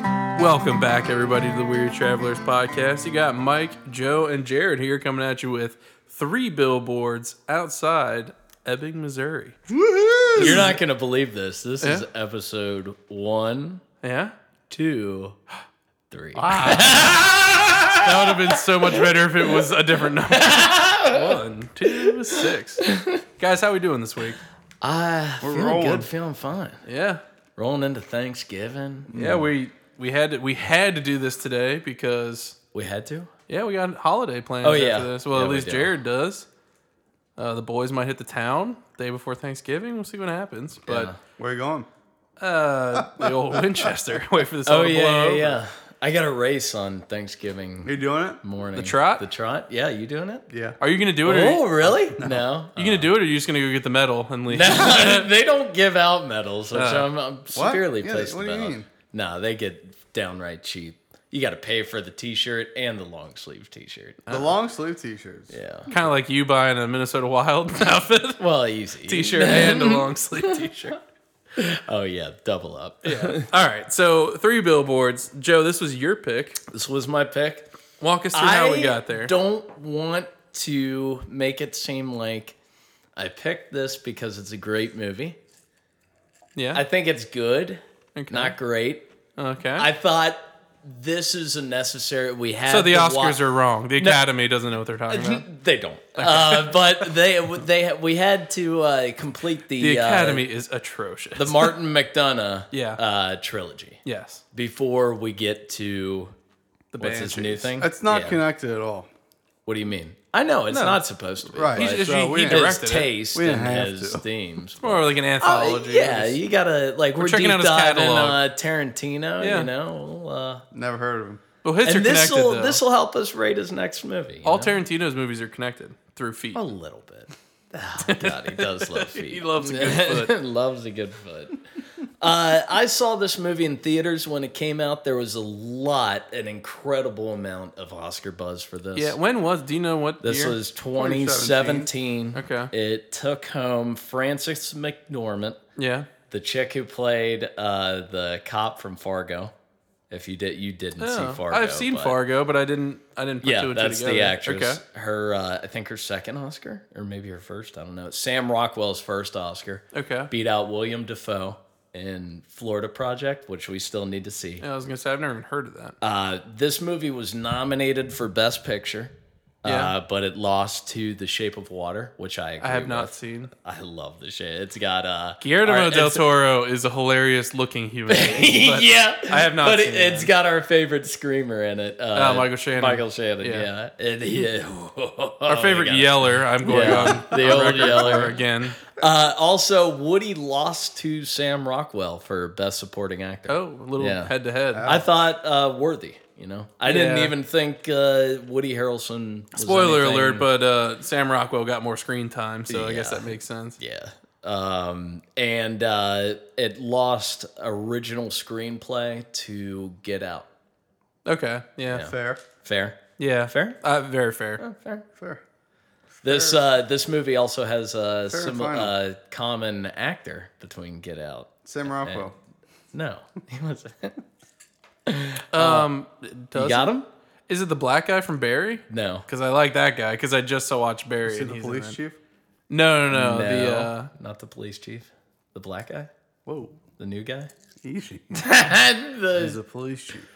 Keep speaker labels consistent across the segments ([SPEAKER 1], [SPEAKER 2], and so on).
[SPEAKER 1] Welcome back, everybody, to the Weird Travelers podcast. You got Mike, Joe, and Jared here coming at you with three billboards outside Ebbing, Missouri.
[SPEAKER 2] You're not gonna believe this. This is
[SPEAKER 1] Yeah.
[SPEAKER 2] episode one,
[SPEAKER 1] Yeah?
[SPEAKER 2] two, three.
[SPEAKER 1] That would have been so much better if it was a different number. One, two, six. Guys, how we doing this week?
[SPEAKER 2] I feel
[SPEAKER 1] rolling.
[SPEAKER 2] good, feeling fine.
[SPEAKER 1] Yeah.
[SPEAKER 2] Rolling into Thanksgiving. Mm.
[SPEAKER 1] Yeah, we we had to, we had to do this today because
[SPEAKER 2] We had to.
[SPEAKER 1] yeah, we got holiday plans
[SPEAKER 2] Oh,
[SPEAKER 1] after
[SPEAKER 2] yeah.
[SPEAKER 1] this. Well,
[SPEAKER 2] Yeah,
[SPEAKER 1] at
[SPEAKER 2] we
[SPEAKER 1] least
[SPEAKER 2] do.
[SPEAKER 1] Jared does. Uh, the boys might hit the town day before Thanksgiving. We'll see what happens. But
[SPEAKER 3] Where you going?
[SPEAKER 1] uh, the old Winchester. Wait for this. all
[SPEAKER 2] Oh
[SPEAKER 1] to blow
[SPEAKER 2] yeah, yeah,
[SPEAKER 1] over.
[SPEAKER 2] yeah. I got a race on
[SPEAKER 3] Are
[SPEAKER 2] Thanksgiving
[SPEAKER 3] you doing it?
[SPEAKER 2] morning. The
[SPEAKER 1] trot?
[SPEAKER 2] The trot. Yeah, you doing it?
[SPEAKER 3] Yeah.
[SPEAKER 1] Are you gonna do it? Or
[SPEAKER 2] Oh,
[SPEAKER 1] are
[SPEAKER 2] really? No.
[SPEAKER 1] you, you gonna do it, or are you just gonna go get the medal and leave?
[SPEAKER 2] they don't give out medals, which I'm, I'm severely
[SPEAKER 3] Yeah,
[SPEAKER 2] pissed
[SPEAKER 3] what do you
[SPEAKER 2] about.
[SPEAKER 3] mean?
[SPEAKER 2] No, they get downright cheap. You got to pay for the T-shirt and the long sleeve T-shirt.
[SPEAKER 3] The long sleeve T-shirts.
[SPEAKER 2] Yeah.
[SPEAKER 1] kind of like you buying a Minnesota Wild outfit,
[SPEAKER 2] Well, easy.
[SPEAKER 1] t-shirt, and a long sleeve t-shirt.
[SPEAKER 2] Oh yeah, double up.
[SPEAKER 1] All right, so three billboards. Joe, this was your pick.
[SPEAKER 2] This was my pick.
[SPEAKER 1] Walk us through how we got there.
[SPEAKER 2] Don't want to make it seem like I picked this because it's a great movie.
[SPEAKER 1] yeah.
[SPEAKER 2] I think it's good,
[SPEAKER 1] okay.
[SPEAKER 2] not great.
[SPEAKER 1] okay.
[SPEAKER 2] I thought this is a necessary. We have
[SPEAKER 1] so the Oscars are wrong. The Academy doesn't know what they're talking about.
[SPEAKER 2] They don't, uh, but they they we had to uh, complete the
[SPEAKER 1] The
[SPEAKER 2] uh,
[SPEAKER 1] Academy is atrocious.
[SPEAKER 2] the Martin McDonough
[SPEAKER 1] Yeah.
[SPEAKER 2] uh, trilogy
[SPEAKER 1] yes.
[SPEAKER 2] before we get to
[SPEAKER 1] The
[SPEAKER 2] what's his new
[SPEAKER 1] Banshees.
[SPEAKER 2] thing.
[SPEAKER 3] It's not
[SPEAKER 2] Yeah.
[SPEAKER 3] connected at all.
[SPEAKER 2] What do you mean? I know it's not supposed to be.
[SPEAKER 3] Right.
[SPEAKER 2] but-
[SPEAKER 1] He's just-
[SPEAKER 3] So
[SPEAKER 1] he,
[SPEAKER 3] we
[SPEAKER 1] he
[SPEAKER 3] didn't-
[SPEAKER 2] his
[SPEAKER 1] directed it.
[SPEAKER 2] taste
[SPEAKER 3] We didn't
[SPEAKER 2] and
[SPEAKER 3] have
[SPEAKER 2] his
[SPEAKER 3] to.
[SPEAKER 2] themes.
[SPEAKER 1] More like an
[SPEAKER 2] Oh,
[SPEAKER 1] anthology.
[SPEAKER 2] yeah,
[SPEAKER 1] It's-
[SPEAKER 2] you gotta like we're,
[SPEAKER 1] checking
[SPEAKER 2] deep
[SPEAKER 1] out his
[SPEAKER 2] diving
[SPEAKER 1] catalog.
[SPEAKER 2] uh, Tarantino.
[SPEAKER 1] Yeah.
[SPEAKER 2] You know, we'll, uh,
[SPEAKER 3] Never heard of him.
[SPEAKER 1] Well, his are
[SPEAKER 2] and this
[SPEAKER 1] connected.
[SPEAKER 2] will
[SPEAKER 1] though.
[SPEAKER 2] this will help us rate his next movie. you
[SPEAKER 1] All
[SPEAKER 2] know?
[SPEAKER 1] Tarantino's movies are connected through feet.
[SPEAKER 2] a little bit. Oh, God, he does love feet.
[SPEAKER 1] He loves a good foot.
[SPEAKER 2] loves a good foot. Uh, I saw this movie in theaters when it came out. There was a lot, an incredible amount of Oscar buzz for this.
[SPEAKER 1] Yeah, when was do you know what
[SPEAKER 2] This
[SPEAKER 1] year?
[SPEAKER 2] was 2017.
[SPEAKER 1] Okay.
[SPEAKER 2] It took home Francis McDormand,
[SPEAKER 1] Yeah.
[SPEAKER 2] the chick who played uh, the cop from Fargo. If you did, you didn't
[SPEAKER 1] Oh,
[SPEAKER 2] see Fargo.
[SPEAKER 1] I've seen
[SPEAKER 2] but-
[SPEAKER 1] Fargo, but I didn't I didn't put
[SPEAKER 2] Yeah,
[SPEAKER 1] two and
[SPEAKER 2] that's
[SPEAKER 1] two together.
[SPEAKER 2] the actress.
[SPEAKER 1] Okay.
[SPEAKER 2] Her, uh, I think her second Oscar, or maybe her first. I don't know. Sam Rockwell's first Oscar.
[SPEAKER 1] Okay.
[SPEAKER 2] Beat out William Defoe in Florida Project, which we still need to see.
[SPEAKER 1] Yeah, I was gonna say I've never even heard of that.
[SPEAKER 2] Uh, this movie was nominated for Best Picture,
[SPEAKER 1] Yeah.
[SPEAKER 2] uh, but it lost to The Shape of Water, which I agree
[SPEAKER 1] I have not
[SPEAKER 2] with.
[SPEAKER 1] seen.
[SPEAKER 2] I love the shit. It's got uh,
[SPEAKER 1] Guillermo
[SPEAKER 2] our-
[SPEAKER 1] del
[SPEAKER 2] it's-
[SPEAKER 1] Toro is a hilarious looking human being. but
[SPEAKER 2] yeah,
[SPEAKER 1] I have not
[SPEAKER 2] But
[SPEAKER 1] seen
[SPEAKER 2] it, has
[SPEAKER 1] it.
[SPEAKER 2] got our favorite screamer in it. Uh,
[SPEAKER 1] Uh, Michael Shannon.
[SPEAKER 2] Michael Shannon.
[SPEAKER 1] Yeah.
[SPEAKER 2] Yeah. And he-
[SPEAKER 1] Our favorite yeller, I'm going
[SPEAKER 2] Oh Yeah.
[SPEAKER 1] on
[SPEAKER 2] The old
[SPEAKER 1] yeller
[SPEAKER 2] yeller.
[SPEAKER 1] again.
[SPEAKER 2] Uh, also, Woody lost to Sam Rockwell for best supporting actor.
[SPEAKER 1] Oh, a little
[SPEAKER 2] Yeah.
[SPEAKER 1] head to head.
[SPEAKER 2] I thought uh, worthy. You know, I didn't
[SPEAKER 1] Yeah.
[SPEAKER 2] even think uh, Woody Harrelson. was
[SPEAKER 1] Spoiler
[SPEAKER 2] anything-
[SPEAKER 1] alert, but uh, Sam Rockwell got more screen time, so I guess
[SPEAKER 2] Yeah.
[SPEAKER 1] that makes sense.
[SPEAKER 2] yeah. Um, and uh, it lost original screenplay to Get Out.
[SPEAKER 1] Okay. Yeah. Yeah.
[SPEAKER 3] Fair,
[SPEAKER 2] Fair. Fair?
[SPEAKER 1] Uh, very fair.
[SPEAKER 2] Fair.
[SPEAKER 3] fair.
[SPEAKER 2] This uh, this movie also has a
[SPEAKER 3] Fair
[SPEAKER 2] sim-
[SPEAKER 3] final.
[SPEAKER 2] uh, common actor between Get Out.
[SPEAKER 3] Sam Rockwell.
[SPEAKER 2] No, he wasn't. Oh.
[SPEAKER 1] Um, does
[SPEAKER 2] You got him?
[SPEAKER 1] Is it the black guy from Barry?
[SPEAKER 2] No.
[SPEAKER 1] Because I like that guy. Because I just saw watch Barry.
[SPEAKER 3] See
[SPEAKER 1] and
[SPEAKER 3] the
[SPEAKER 1] he's
[SPEAKER 3] police
[SPEAKER 1] in it.
[SPEAKER 3] chief?
[SPEAKER 1] No, no, no.
[SPEAKER 2] No,
[SPEAKER 1] The uh,
[SPEAKER 2] not the police chief. The black guy,
[SPEAKER 3] Whoa,
[SPEAKER 2] the new guy.
[SPEAKER 3] easy.
[SPEAKER 2] The-
[SPEAKER 3] He's a police chief.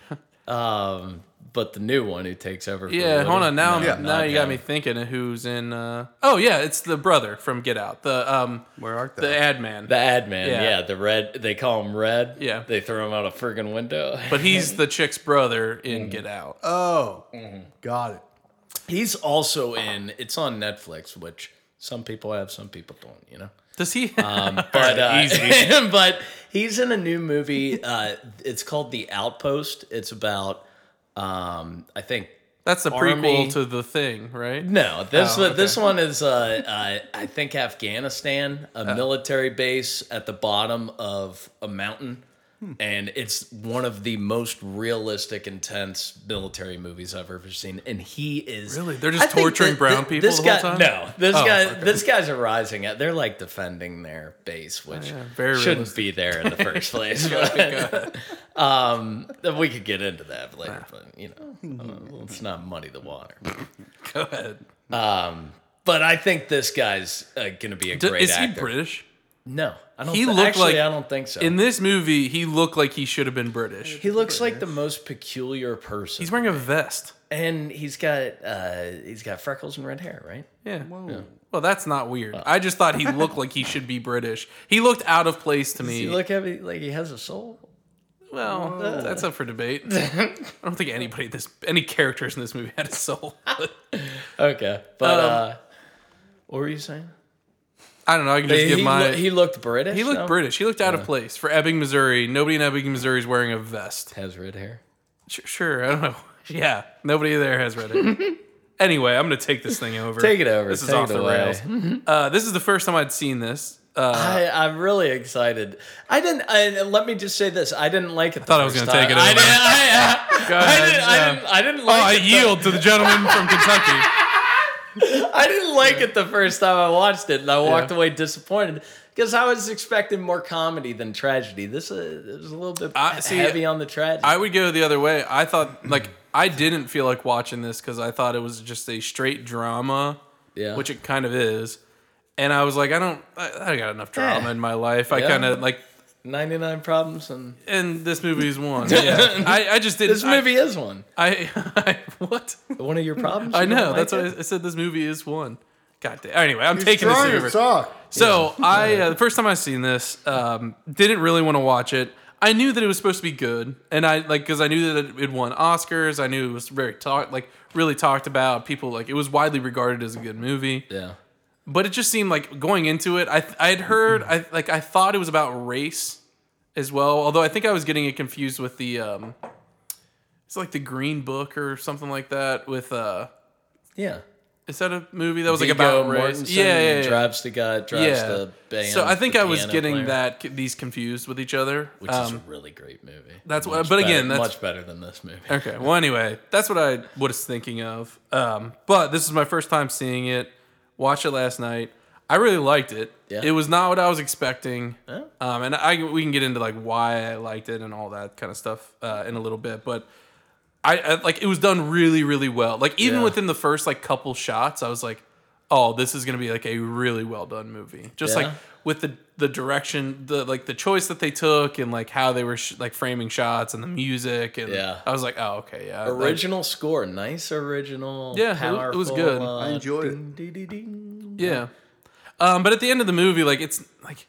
[SPEAKER 2] um, but the new one who takes over. for
[SPEAKER 1] yeah.
[SPEAKER 2] Woody.
[SPEAKER 1] Hold on. Now,
[SPEAKER 2] No,
[SPEAKER 1] I'm- now
[SPEAKER 2] not
[SPEAKER 1] you got
[SPEAKER 2] him.
[SPEAKER 1] me thinking of who's in. Uh, oh yeah, it's the brother from Get Out. The um,
[SPEAKER 3] Where art
[SPEAKER 1] the
[SPEAKER 3] thou?
[SPEAKER 1] ad man.
[SPEAKER 2] The ad man,
[SPEAKER 1] Yeah.
[SPEAKER 2] yeah. the red. They call him Red.
[SPEAKER 1] Yeah.
[SPEAKER 2] they throw him out a friggin' window.
[SPEAKER 1] but he's the chick's brother in
[SPEAKER 2] Mm.
[SPEAKER 1] Get Out.
[SPEAKER 3] Oh, got it.
[SPEAKER 2] he's also in. It's on Netflix, which some people have, some people don't. You know.
[SPEAKER 1] Does he?
[SPEAKER 2] But uh,
[SPEAKER 1] Easy.
[SPEAKER 2] but he's in a new movie. Uh, it's called The Outpost. It's about, um, I think.
[SPEAKER 1] That's the
[SPEAKER 2] Army.
[SPEAKER 1] prequel to the thing, right?
[SPEAKER 2] No, this
[SPEAKER 1] Oh,
[SPEAKER 2] one this one is uh, uh, I
[SPEAKER 1] Uh.
[SPEAKER 2] think Afghanistan, a military base at the bottom of a mountain,
[SPEAKER 1] Hmm.
[SPEAKER 2] And it's one of the most realistic, intense military movies I've ever seen. And he is
[SPEAKER 1] Really? They're just
[SPEAKER 2] I think
[SPEAKER 1] torturing brown people
[SPEAKER 2] This
[SPEAKER 1] the whole time?
[SPEAKER 2] guy, no, this
[SPEAKER 1] Oh,
[SPEAKER 2] guy,
[SPEAKER 1] okay.
[SPEAKER 2] this guy's a rising. up. They're like defending their base, which
[SPEAKER 1] Oh, yeah, very
[SPEAKER 2] shouldn't be there in the first place.
[SPEAKER 1] God.
[SPEAKER 2] um, we could get into that later, but you know, uh, let's not muddy the water.
[SPEAKER 1] Go ahead.
[SPEAKER 2] But I think this guy's uh, gonna be a
[SPEAKER 1] D-
[SPEAKER 2] great
[SPEAKER 1] is
[SPEAKER 2] actor.
[SPEAKER 1] he British?
[SPEAKER 2] No, I don't.
[SPEAKER 1] He
[SPEAKER 2] He
[SPEAKER 1] looked
[SPEAKER 2] actually,
[SPEAKER 1] like-
[SPEAKER 2] I don't think so.
[SPEAKER 1] In this movie, he looked like he should have been British.
[SPEAKER 2] he looks like the most peculiar person,
[SPEAKER 1] He's wearing a vest.
[SPEAKER 2] and he's got uh, he's got freckles and red hair, right?
[SPEAKER 1] Yeah. Well, that's not weird.
[SPEAKER 2] Uh.
[SPEAKER 1] I just thought he looked like he should be British. He looked out of place to
[SPEAKER 2] Does
[SPEAKER 1] me.
[SPEAKER 2] he look heavy, like he has a soul?
[SPEAKER 1] well, that's up for debate. I don't think anybody this any characters in this movie had a soul.
[SPEAKER 2] Okay, but
[SPEAKER 1] Um,
[SPEAKER 2] uh, what were you saying?
[SPEAKER 1] I don't know. I can just
[SPEAKER 2] he,
[SPEAKER 1] give my.
[SPEAKER 2] loo-
[SPEAKER 1] he,
[SPEAKER 2] he looked British.
[SPEAKER 1] looked
[SPEAKER 2] no?
[SPEAKER 1] British. He looked out of place for Ebbing, Missouri. Nobody in Ebbing, Missouri is wearing a vest.
[SPEAKER 2] Has red hair.
[SPEAKER 1] Sure, sure I don't know. Yeah, nobody there has read it. anyway, I'm gonna take this thing over.
[SPEAKER 2] Take it over.
[SPEAKER 1] This is
[SPEAKER 2] Take
[SPEAKER 1] off
[SPEAKER 2] it
[SPEAKER 1] the
[SPEAKER 2] away.
[SPEAKER 1] rails. Uh, this is the first time I'd seen this. Uh,
[SPEAKER 2] I, I'm really excited. I didn't. I, and let me just say this. I didn't like it. I
[SPEAKER 1] thought I was gonna take it
[SPEAKER 2] I
[SPEAKER 1] over.
[SPEAKER 2] didn't. I,
[SPEAKER 1] Go
[SPEAKER 2] I
[SPEAKER 1] ahead,
[SPEAKER 2] didn't, I,
[SPEAKER 1] uh,
[SPEAKER 2] didn't, I didn't
[SPEAKER 1] oh, I
[SPEAKER 2] like it. the-
[SPEAKER 1] yield to the gentleman from Kentucky.
[SPEAKER 2] I didn't like it the first time I watched it, and I walked
[SPEAKER 1] Yeah.
[SPEAKER 2] away disappointed because I was expecting more comedy than tragedy. This is it was a little bit
[SPEAKER 1] I- see,
[SPEAKER 2] heavy on the tragedy.
[SPEAKER 1] I would go the other way. I thought like I didn't feel like watching this because I thought it was just a straight drama,
[SPEAKER 2] yeah,
[SPEAKER 1] which it kind of is. And I was like, I don't, I, I got enough drama
[SPEAKER 2] Yeah.
[SPEAKER 1] in my life. I
[SPEAKER 2] Yeah.
[SPEAKER 1] kind of like,
[SPEAKER 2] 99 problems, and
[SPEAKER 1] and this movie's one. Yeah, I, I just didn't.
[SPEAKER 2] this movie is one.
[SPEAKER 1] I, I, what?
[SPEAKER 2] One of your problems.
[SPEAKER 1] I
[SPEAKER 2] You don't
[SPEAKER 1] know.
[SPEAKER 2] like
[SPEAKER 1] that's
[SPEAKER 2] it?
[SPEAKER 1] what I, I said. This movie is one. God damn. Anyway, I'm
[SPEAKER 3] He's
[SPEAKER 1] taking this
[SPEAKER 3] trying to
[SPEAKER 1] over.
[SPEAKER 3] talk.
[SPEAKER 1] So I, uh, the first time I seen this, um, didn't really want to watch it. I knew that it was supposed to be good, and I like because I knew that it, it won Oscars. I knew it was very talked, like really talked about. People like it was widely regarded as a good movie,
[SPEAKER 2] Yeah.
[SPEAKER 1] but it just seemed like going into it, I I had heard,
[SPEAKER 2] Mm-hmm.
[SPEAKER 1] I like I thought it was about race as well. Although I think I was getting it confused with the, um, it's like the Green Book or something like that. With uh,
[SPEAKER 2] Yeah.
[SPEAKER 1] is that a movie that was like
[SPEAKER 2] Viggo
[SPEAKER 1] about race?
[SPEAKER 2] Mortensen Drives the guy. Drives the band.
[SPEAKER 1] So I think
[SPEAKER 2] the
[SPEAKER 1] I was
[SPEAKER 2] piano
[SPEAKER 1] getting
[SPEAKER 2] player,
[SPEAKER 1] that these confused with each other.
[SPEAKER 2] which is a
[SPEAKER 1] Um,
[SPEAKER 2] really great movie.
[SPEAKER 1] that's what-
[SPEAKER 2] Much
[SPEAKER 1] but again,
[SPEAKER 2] better-
[SPEAKER 1] that's-
[SPEAKER 2] much better than this movie.
[SPEAKER 1] okay. Well, anyway, that's what I was thinking of. Um, but this is my first time seeing it. Watched it last night. I really liked it.
[SPEAKER 2] Yeah.
[SPEAKER 1] It was not what I was expecting.
[SPEAKER 2] Yeah.
[SPEAKER 1] Um, and I we can get into like why I liked it and all that kind of stuff uh, in a little bit, but. I, I like it was done really really well. Like even
[SPEAKER 2] Yeah.
[SPEAKER 1] within the first like couple shots, I was like, "Oh, this is going to be like a really well done movie." Just
[SPEAKER 2] Yeah.
[SPEAKER 1] like with the the direction, the like the choice that they took and like how they were sh- like framing shots and the music and
[SPEAKER 2] Yeah.
[SPEAKER 1] I was like, "Oh, okay, yeah." that-
[SPEAKER 2] Original score, nice original.
[SPEAKER 1] Yeah, it
[SPEAKER 2] powerful,
[SPEAKER 1] was good.
[SPEAKER 2] uh,
[SPEAKER 3] I enjoyed it.
[SPEAKER 2] ding, ding, ding.
[SPEAKER 1] yeah. Um but at the end of the movie like it's like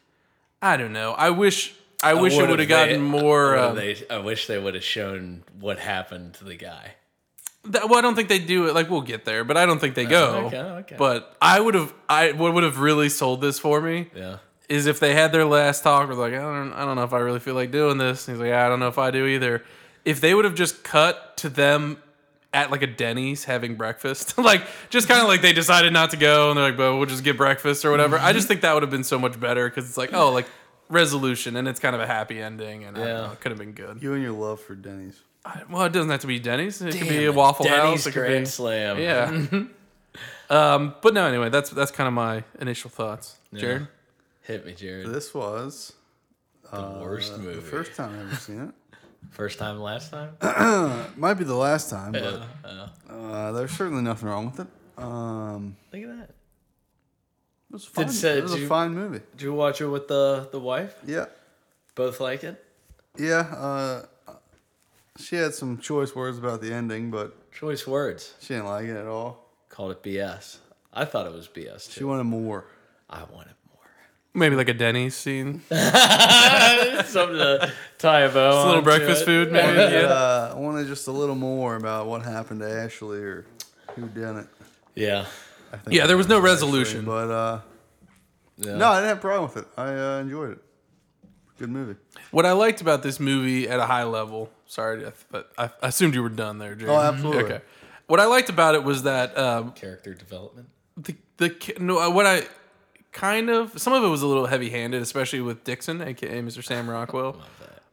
[SPEAKER 1] I don't know. I wish I, wish it
[SPEAKER 2] would've
[SPEAKER 1] would have gotten
[SPEAKER 2] Uh, they-
[SPEAKER 1] more
[SPEAKER 2] would've
[SPEAKER 1] um,
[SPEAKER 2] they- I wish they would have shown what happened to the guy.
[SPEAKER 1] That, well, I don't think they do it. Like we'll get there, but I don't think they go.
[SPEAKER 2] okay, okay.
[SPEAKER 1] But I would have. I what would have really sold this for me
[SPEAKER 2] Yeah.
[SPEAKER 1] is if they had their last talk. Where they're like, I don't, I don't know if I really feel like doing this. And he's like, I don't know if I do either. If they would have just cut to them at like a Denny's having breakfast, like just kind of like they decided not to go, and they're like, but we'll just get breakfast or whatever. I just think that would have been so much better because it's like, oh, like resolution, and it's kind of a happy ending, and I
[SPEAKER 2] Yeah.
[SPEAKER 1] don't know, it could have been good.
[SPEAKER 3] You and your love for Denny's.
[SPEAKER 1] I- well, it doesn't have to be Denny's. It could
[SPEAKER 2] Damn
[SPEAKER 1] be a
[SPEAKER 2] it,
[SPEAKER 1] Waffle
[SPEAKER 2] Denny's
[SPEAKER 1] House. It could
[SPEAKER 2] Grand
[SPEAKER 1] be.
[SPEAKER 2] Slam.
[SPEAKER 1] Yeah. um, but no, anyway, that's that's kind of my initial thoughts. Jared,
[SPEAKER 2] Hit me, Jared.
[SPEAKER 3] This was uh,
[SPEAKER 2] The worst movie.
[SPEAKER 3] the first time I've ever seen it.
[SPEAKER 2] First time, last time.
[SPEAKER 3] Might be the last time, but
[SPEAKER 2] Uh, uh,
[SPEAKER 3] uh, there's certainly nothing wrong with it. Um,
[SPEAKER 2] look at that.
[SPEAKER 3] it was a fine.
[SPEAKER 2] Did- said
[SPEAKER 3] it was a
[SPEAKER 2] you-
[SPEAKER 3] fine movie.
[SPEAKER 2] Did you watch it with the the wife?
[SPEAKER 3] Yeah,
[SPEAKER 2] Both like it.
[SPEAKER 3] yeah. Uh, she had some choice words about the ending, but
[SPEAKER 2] Choice words.
[SPEAKER 3] she didn't like it at all.
[SPEAKER 2] Called it BS. I thought it was BS too.
[SPEAKER 3] She wanted more.
[SPEAKER 2] I wanted more.
[SPEAKER 1] maybe like a Denny's scene,
[SPEAKER 2] Something to tie a bow.
[SPEAKER 1] a little
[SPEAKER 2] onto
[SPEAKER 1] breakfast
[SPEAKER 2] it.
[SPEAKER 1] food, maybe. yeah.
[SPEAKER 3] Uh, I wanted just a little more about what happened to Ashley or who did it.
[SPEAKER 2] Yeah.
[SPEAKER 3] I think
[SPEAKER 1] yeah, there was no
[SPEAKER 3] actually,
[SPEAKER 1] resolution.
[SPEAKER 3] but uh,
[SPEAKER 2] Yeah.
[SPEAKER 3] no, I didn't have a problem with it. I uh, enjoyed it. Good movie.
[SPEAKER 1] What I liked about this movie at a high level, sorry, I, but I I assumed you were done there, Jared.
[SPEAKER 3] Oh, absolutely.
[SPEAKER 1] Okay. What I liked about it was that um,
[SPEAKER 2] Character development.
[SPEAKER 1] the the ki- no uh, what I kind of some of it was a little heavy handed, especially with Dixon, aka Mr. Sam Rockwell.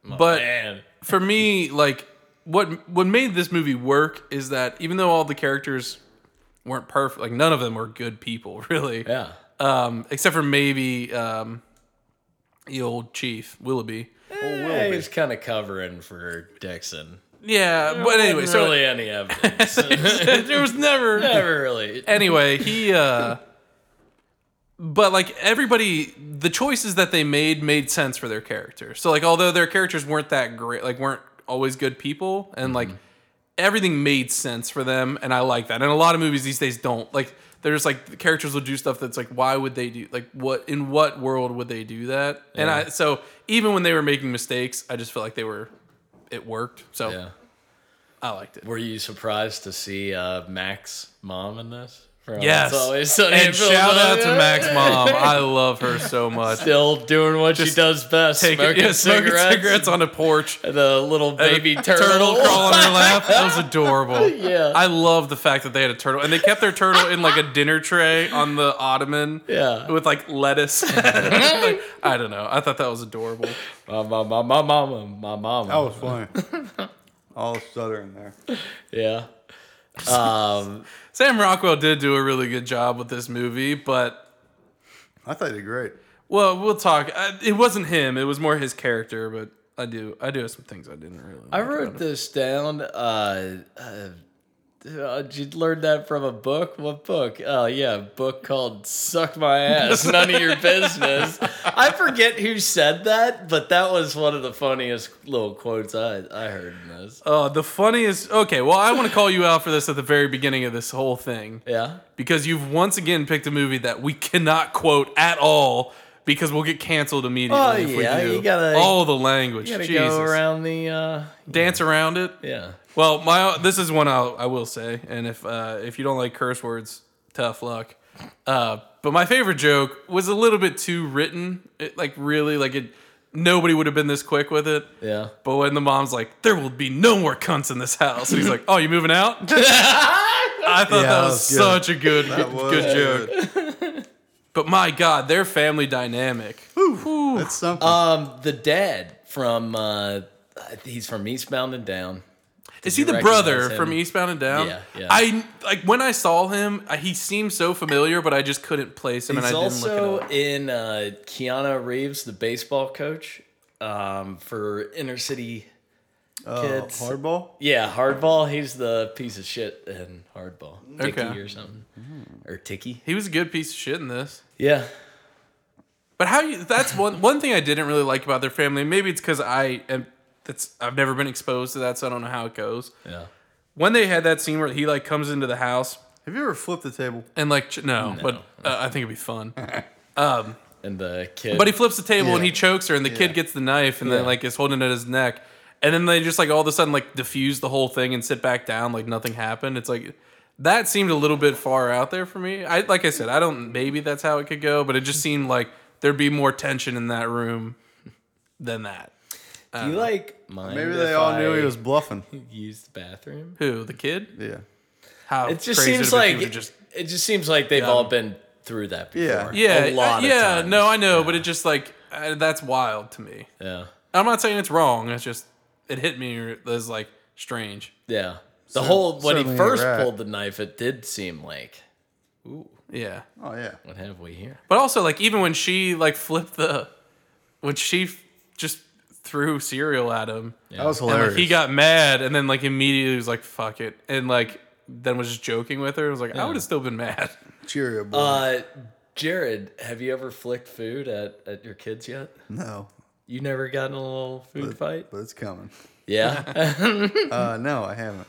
[SPEAKER 1] But-
[SPEAKER 2] man.
[SPEAKER 1] for me, like what what made this movie work is that even though all the characters weren't perfect, like none of them were good people, really.
[SPEAKER 2] yeah,
[SPEAKER 1] Um, except for maybe um, the old chief Willoughby.
[SPEAKER 2] yeah he's kind of covering for Dixon.
[SPEAKER 1] Yeah, but anyway,
[SPEAKER 2] Wasn't
[SPEAKER 1] so
[SPEAKER 2] really any evidence.
[SPEAKER 1] there was never
[SPEAKER 2] Never really.
[SPEAKER 1] anyway, he uh but like everybody the choices that they made made sense for their character. So like although their characters weren't that great, like weren't always good people and like everything made sense for them and I like that. And a lot of movies these days don't. Like they're just like the characters will do stuff that's like why would they do like what in what world would they do that? And I so even when they were making mistakes, I just felt like they were it worked. So
[SPEAKER 2] Yeah.
[SPEAKER 1] I liked it.
[SPEAKER 2] Were you surprised to see uh, Max mom in this? From
[SPEAKER 1] Yes.
[SPEAKER 2] It's always Sunny in
[SPEAKER 1] And shout out to
[SPEAKER 2] Philadelphia.
[SPEAKER 1] Max mom. I love her so much.
[SPEAKER 2] Still doing what she
[SPEAKER 1] Just
[SPEAKER 2] does best,
[SPEAKER 1] taking
[SPEAKER 2] smoking,
[SPEAKER 1] yeah, smoking
[SPEAKER 2] cigarettes.
[SPEAKER 1] cigarettes. on a porch.
[SPEAKER 2] and The little
[SPEAKER 1] and a
[SPEAKER 2] baby turtle.
[SPEAKER 1] crawling in her lap. That was adorable.
[SPEAKER 2] Yeah.
[SPEAKER 1] I love the fact that they had a turtle, and they kept their turtle in like a dinner tray on the ottoman.
[SPEAKER 2] Yeah.
[SPEAKER 1] with like lettuce. Like, I don't know. I thought that was adorable.
[SPEAKER 2] My, my, my, my mama, my mama.
[SPEAKER 3] That
[SPEAKER 1] Oh.
[SPEAKER 3] was funny. All stuttering there.
[SPEAKER 2] Yeah. Um,
[SPEAKER 1] Sam Rockwell did do a really good job with this movie, but
[SPEAKER 3] I thought you did great.
[SPEAKER 1] well, we'll talk. I, it wasn't him; it was more his character. But I do, I do have some things I didn't really.
[SPEAKER 2] I
[SPEAKER 1] like
[SPEAKER 2] wrote
[SPEAKER 1] about it.
[SPEAKER 2] this down. Uh, uh, uh, did you learn that from a book? What book? Oh, yeah, a book called Suck My Ass, None of Your Business. I forget who said that, but that was one of the funniest little quotes I, I heard in this.
[SPEAKER 1] Uh, the funniest. Okay, well, I want to call you out for this at the very beginning of this whole thing.
[SPEAKER 2] Yeah.
[SPEAKER 1] because you've once again picked a movie that we cannot quote at all because we'll get canceled immediately
[SPEAKER 2] Oh,
[SPEAKER 1] if we
[SPEAKER 2] yeah,
[SPEAKER 1] do.
[SPEAKER 2] you gotta-
[SPEAKER 1] all the language.
[SPEAKER 2] You gotta
[SPEAKER 1] Jesus.
[SPEAKER 2] go around the, uh,
[SPEAKER 1] Dance around it.
[SPEAKER 2] yeah.
[SPEAKER 1] Well, my this is one I'll, I will say, and if uh, if you don't like curse words, tough luck. Uh, but my favorite joke was a little bit too written. It, like really, like it. Nobody would have been this quick with it.
[SPEAKER 2] Yeah.
[SPEAKER 1] But when the mom's like, "There will be no more cunts in this house," and he's like, "Oh, you moving out?" I thought
[SPEAKER 3] Yeah,
[SPEAKER 1] that
[SPEAKER 3] that
[SPEAKER 1] was,
[SPEAKER 3] was good.
[SPEAKER 1] such a good
[SPEAKER 3] That
[SPEAKER 1] good,
[SPEAKER 3] was
[SPEAKER 1] good joke. But my God, their family dynamic.
[SPEAKER 3] That's something.
[SPEAKER 2] Um, the dad from, uh, he's from Eastbound and Down.
[SPEAKER 1] Is he
[SPEAKER 2] you
[SPEAKER 1] the
[SPEAKER 2] recognize
[SPEAKER 1] brother
[SPEAKER 2] him?
[SPEAKER 1] from Eastbound and Down?
[SPEAKER 2] Yeah, yeah.
[SPEAKER 1] I like when I saw him, I- he seemed so familiar, but I just couldn't place him,
[SPEAKER 2] He's
[SPEAKER 1] and I didn't
[SPEAKER 2] also
[SPEAKER 1] look it up.
[SPEAKER 2] in uh, Keanu Reeves, the baseball coach um, for inner city
[SPEAKER 3] Uh,
[SPEAKER 2] kids.
[SPEAKER 3] hardball.
[SPEAKER 2] yeah, Hardball. He's the piece of shit in Hardball. Dicky
[SPEAKER 1] Okay.
[SPEAKER 2] or something.
[SPEAKER 3] Mm.
[SPEAKER 2] Or Ticky.
[SPEAKER 1] He was a good piece of shit in this.
[SPEAKER 2] Yeah.
[SPEAKER 1] But how you? That's one one thing I didn't really like about their family. Maybe it's because I am. That's I've never been exposed to that, so I don't know how it goes.
[SPEAKER 2] Yeah.
[SPEAKER 1] When they had that scene where he like comes into the house
[SPEAKER 3] Have you ever flipped the table?
[SPEAKER 1] and like ch- no, but uh, I think it'd be fun.
[SPEAKER 2] And the kid.
[SPEAKER 1] But he flips the table and
[SPEAKER 3] Yeah.
[SPEAKER 1] he chokes her, and the kid gets the knife, and then
[SPEAKER 2] Yeah.
[SPEAKER 1] like is holding it at his neck, and then they just like all of a sudden like diffuse the whole thing and sit back down like nothing happened. It's like that seemed a little bit far out there for me. I like I said, I don't maybe that's how it could go, but it just seemed like there'd be more tension in that room than that.
[SPEAKER 2] Do you like mind
[SPEAKER 3] Maybe
[SPEAKER 2] if
[SPEAKER 3] they all
[SPEAKER 2] I
[SPEAKER 3] knew he was bluffing.
[SPEAKER 2] Use the bathroom.
[SPEAKER 1] Who the kid?
[SPEAKER 3] Yeah.
[SPEAKER 1] How
[SPEAKER 2] It just
[SPEAKER 1] crazy
[SPEAKER 2] seems
[SPEAKER 1] would it be if
[SPEAKER 2] like
[SPEAKER 1] he was just
[SPEAKER 2] it just seems like they've all been through that before.
[SPEAKER 3] Yeah.
[SPEAKER 1] yeah,
[SPEAKER 2] A lot.
[SPEAKER 1] uh,
[SPEAKER 2] of
[SPEAKER 1] yeah.
[SPEAKER 2] times.
[SPEAKER 1] no, I know, but it just like uh, that's wild to me.
[SPEAKER 2] Yeah.
[SPEAKER 1] I'm not saying it's wrong. It's just it hit me as like strange.
[SPEAKER 2] Yeah. The whole when he
[SPEAKER 3] certainly
[SPEAKER 2] first
[SPEAKER 3] Iraq.
[SPEAKER 2] pulled the knife, it did seem like
[SPEAKER 1] Yeah.
[SPEAKER 3] Oh yeah.
[SPEAKER 2] what have we here?
[SPEAKER 1] But also, like, even when she like flipped the, when she f- just threw cereal at him,
[SPEAKER 3] That was
[SPEAKER 1] and, like,
[SPEAKER 3] hilarious.
[SPEAKER 1] he got mad, and then like immediately was like, "Fuck it," and like then was just joking with her. I was like, I would have still been mad.
[SPEAKER 3] Cheerio, boy.
[SPEAKER 2] Uh, Jared, have you ever flicked food at, at your kids yet?
[SPEAKER 3] no,
[SPEAKER 2] You never gotten a little food fight?
[SPEAKER 3] but it's coming.
[SPEAKER 2] Yeah.
[SPEAKER 3] Uh, no, I haven't.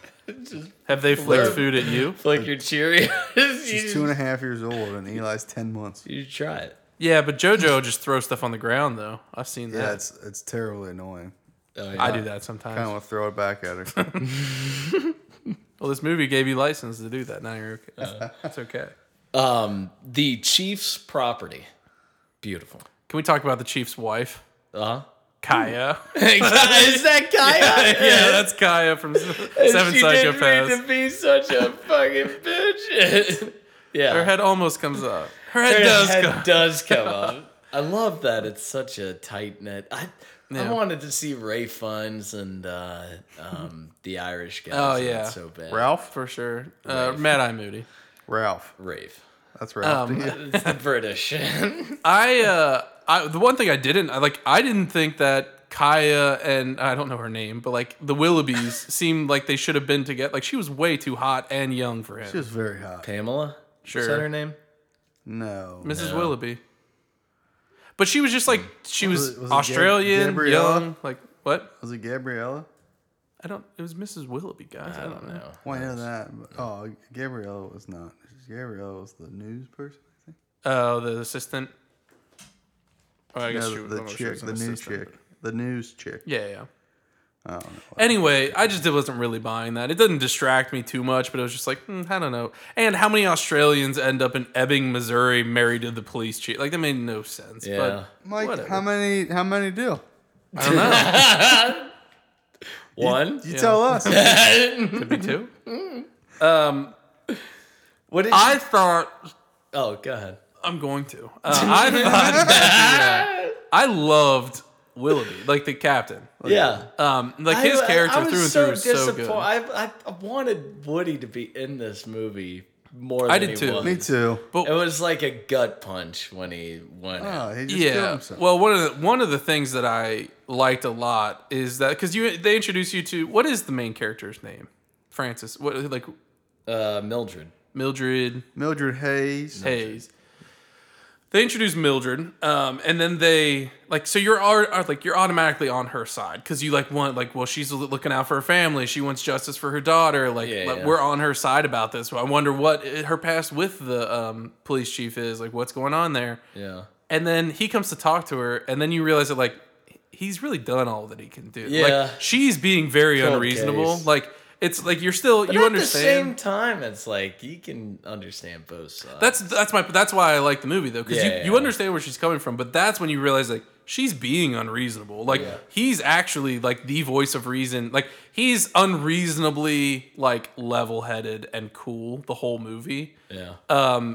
[SPEAKER 1] Have they flicked food at you?
[SPEAKER 2] Flick your Cheerios.
[SPEAKER 3] She's
[SPEAKER 2] you,
[SPEAKER 3] two and a half years old, and Eli's ten months.
[SPEAKER 2] you try it.
[SPEAKER 1] Yeah, but JoJo just throws stuff on the ground though. I've seen that.
[SPEAKER 3] Yeah, it's it's terribly annoying.
[SPEAKER 2] Oh, yeah.
[SPEAKER 1] I do that
[SPEAKER 3] I
[SPEAKER 1] sometimes.
[SPEAKER 3] want to throw it back at her.
[SPEAKER 1] Well, this movie gave you license to do that. Now you're okay. it's okay.
[SPEAKER 2] Um, the Chiefs property. Beautiful.
[SPEAKER 1] Can we talk about the chief's wife,
[SPEAKER 2] Uh huh.
[SPEAKER 1] Kaya?
[SPEAKER 2] Is that Kaya?
[SPEAKER 1] Uh-huh. yeah, that's Kaya from Seven
[SPEAKER 2] she
[SPEAKER 1] Psychopaths.
[SPEAKER 2] didn't mean to be such a fucking bitch. yeah.
[SPEAKER 1] Her head almost comes up. Her head
[SPEAKER 2] Her
[SPEAKER 1] does
[SPEAKER 2] head
[SPEAKER 1] come.
[SPEAKER 2] does come up. I love that it's such a tight knit. I I wanted to see Ray Funds and uh, um, the Irish guy.
[SPEAKER 1] Oh,
[SPEAKER 2] so
[SPEAKER 1] yeah.
[SPEAKER 2] that's so bad.
[SPEAKER 3] Ralph?
[SPEAKER 1] for sure. Uh, Mad Eye Moody.
[SPEAKER 3] Ralph.
[SPEAKER 2] Rave.
[SPEAKER 3] That's Ralph.
[SPEAKER 1] Um,
[SPEAKER 3] dude.
[SPEAKER 2] It's the British.
[SPEAKER 1] I, uh, I the one thing I didn't I like I didn't think that Kaya and I don't know her name, but like the Willoughbys seemed like they should have been together. Like she was way too hot and young for him.
[SPEAKER 3] She was very hot.
[SPEAKER 2] Pamela.
[SPEAKER 1] Sure.
[SPEAKER 2] Is that her name?
[SPEAKER 3] No.
[SPEAKER 1] Mrs. Willoughby. But she was just like she was,
[SPEAKER 3] Was it- was it Gab-
[SPEAKER 1] Australian,
[SPEAKER 3] Gabriella?
[SPEAKER 1] young, like what?
[SPEAKER 3] Was it Gabriella?
[SPEAKER 1] I don't. It was Mrs. Willoughby, guys. I, don't know.
[SPEAKER 3] Why know that? but- Oh, Gabriella was not. Gabriella was the news person, I think.
[SPEAKER 1] Oh, the assistant. Oh, I guess
[SPEAKER 3] No,
[SPEAKER 1] she was, I
[SPEAKER 3] the
[SPEAKER 1] don't know if she
[SPEAKER 3] chick,
[SPEAKER 1] was an
[SPEAKER 3] the news
[SPEAKER 1] assistant,
[SPEAKER 3] chick. The news chick.
[SPEAKER 1] but- Yeah, yeah.
[SPEAKER 3] I don't know.
[SPEAKER 1] Anyway, I just wasn't really buying that. It didn't distract me too much, but it was just like, hmm, I don't know. And how many Australians end up in Ebbing, Missouri, married to the police chief? Like that made no sense.
[SPEAKER 2] Yeah.
[SPEAKER 1] But
[SPEAKER 3] Mike,
[SPEAKER 1] whatever.
[SPEAKER 3] how many? How many do?
[SPEAKER 2] One.
[SPEAKER 3] You tell us. I
[SPEAKER 1] could be two.
[SPEAKER 2] What did
[SPEAKER 1] I thought
[SPEAKER 2] Oh, go ahead.
[SPEAKER 1] I'm going to. Uh, I thought that, yeah, I loved Willoughby, like the captain.
[SPEAKER 2] yeah.
[SPEAKER 1] Um, like his
[SPEAKER 2] I-
[SPEAKER 1] character
[SPEAKER 2] I was
[SPEAKER 1] through and
[SPEAKER 2] so
[SPEAKER 1] through is so good.
[SPEAKER 2] disappoint- I, I wanted Woody to be in this movie more than
[SPEAKER 1] I did
[SPEAKER 2] he
[SPEAKER 1] too.
[SPEAKER 2] was.
[SPEAKER 3] Me too.
[SPEAKER 2] It was like a gut punch when he went. out.
[SPEAKER 1] Ah.
[SPEAKER 3] Oh, he just killed
[SPEAKER 1] Yeah.
[SPEAKER 3] himself.
[SPEAKER 1] Well, one of the one of the things that I liked a lot is that because you they introduce you to what is the main character's name, Francis. What like
[SPEAKER 2] Uh, Mildred.
[SPEAKER 1] Mildred
[SPEAKER 3] Mildred Hayes.
[SPEAKER 1] Hayes. They introduce Mildred, um, and then they like so you're are, are, like you're automatically on her side because you like want like well she's looking out for her family, she wants justice for her daughter, like,
[SPEAKER 2] Yeah,
[SPEAKER 1] like,
[SPEAKER 2] yeah.
[SPEAKER 1] we're on her side about this. I wonder what her past with the um, police chief is, like what's going on there.
[SPEAKER 2] Yeah.
[SPEAKER 1] And then he comes to talk to her, and then you realize that like he's really done all that he can do.
[SPEAKER 2] Yeah.
[SPEAKER 1] Like she's being very
[SPEAKER 2] Cold
[SPEAKER 1] unreasonable.
[SPEAKER 2] case.
[SPEAKER 1] Like it's like you're still
[SPEAKER 2] But
[SPEAKER 1] you
[SPEAKER 2] at
[SPEAKER 1] understand.
[SPEAKER 2] the same time, it's like you can understand both sides.
[SPEAKER 1] That's that's my that's why I like the movie though because you,
[SPEAKER 2] Yeah, yeah,
[SPEAKER 1] you
[SPEAKER 2] yeah.
[SPEAKER 1] understand where she's coming from, but that's when you realize like she's being unreasonable. Like
[SPEAKER 2] Yeah.
[SPEAKER 1] he's actually like the voice of reason. Like he's unreasonably like level headed and cool the whole movie,
[SPEAKER 2] yeah.
[SPEAKER 1] uh,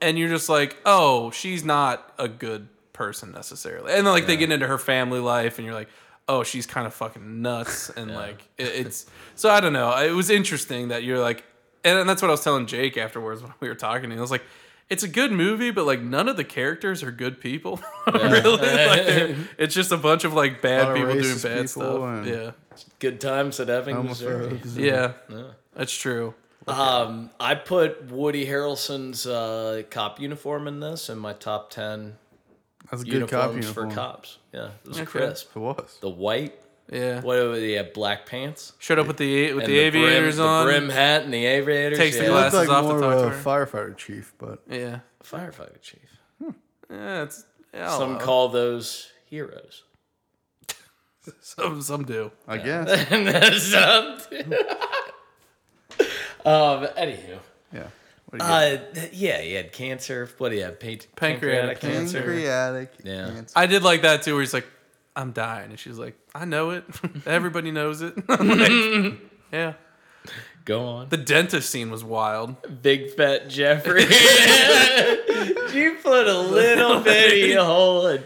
[SPEAKER 1] and you're just like, oh, she's not a good person necessarily. And then like they get into her family life, and you're like. Oh, she's kind of fucking nuts, and like it, it's so I don't know. It was interesting that you're like, and, and that's what I was telling Jake afterwards when we were talking. And I was like, it's a good movie, but like none of the characters are good people. really, like, they're- it's just a bunch of like
[SPEAKER 3] A
[SPEAKER 1] bad
[SPEAKER 3] lot of
[SPEAKER 1] people doing
[SPEAKER 3] racist
[SPEAKER 1] bad
[SPEAKER 3] people
[SPEAKER 1] stuff.
[SPEAKER 3] and-
[SPEAKER 1] Yeah,
[SPEAKER 2] Good times at Ebbing, Missouri.
[SPEAKER 3] Homophobes.
[SPEAKER 1] yeah, that's true.
[SPEAKER 2] Um, I put Woody Harrelson's uh, cop uniform in this, and my top ten
[SPEAKER 3] That's a good cop
[SPEAKER 2] uniforms
[SPEAKER 3] uniform.
[SPEAKER 2] for cops. Yeah, it was crisp.
[SPEAKER 3] It was.
[SPEAKER 2] The white.
[SPEAKER 1] Yeah,
[SPEAKER 2] What were they? Had black pants.
[SPEAKER 1] showed up with the with
[SPEAKER 2] and
[SPEAKER 1] the, aviators
[SPEAKER 2] brim,
[SPEAKER 1] on.
[SPEAKER 2] The brim hat and the aviators.
[SPEAKER 1] Takes the
[SPEAKER 2] yeah.
[SPEAKER 3] He looked
[SPEAKER 1] glasses
[SPEAKER 3] like
[SPEAKER 1] off the
[SPEAKER 3] more
[SPEAKER 1] top
[SPEAKER 3] of a
[SPEAKER 1] turn.
[SPEAKER 3] firefighter chief, but
[SPEAKER 1] Yeah,
[SPEAKER 2] Firefighter chief.
[SPEAKER 1] yeah, it's yeah,
[SPEAKER 2] Some
[SPEAKER 1] some,
[SPEAKER 2] call those heroes.
[SPEAKER 1] some some do.
[SPEAKER 3] I guess.
[SPEAKER 2] And that's up to- um, anywho.
[SPEAKER 3] Yeah. What do you
[SPEAKER 2] Uh, th- yeah, he had cancer. What do you have? Pan-
[SPEAKER 1] Pancreatic
[SPEAKER 2] pancreatic
[SPEAKER 3] got?
[SPEAKER 2] cancer.
[SPEAKER 3] Pancreatic
[SPEAKER 2] Yeah.
[SPEAKER 3] cancer.
[SPEAKER 1] I did like that too, where he's like, "I'm dying," and she's like, "I know it. Everybody knows it." Like, yeah,
[SPEAKER 2] Go on.
[SPEAKER 1] the dentist scene was wild.
[SPEAKER 2] Big fat Jeffrey. you put a little bitty hole in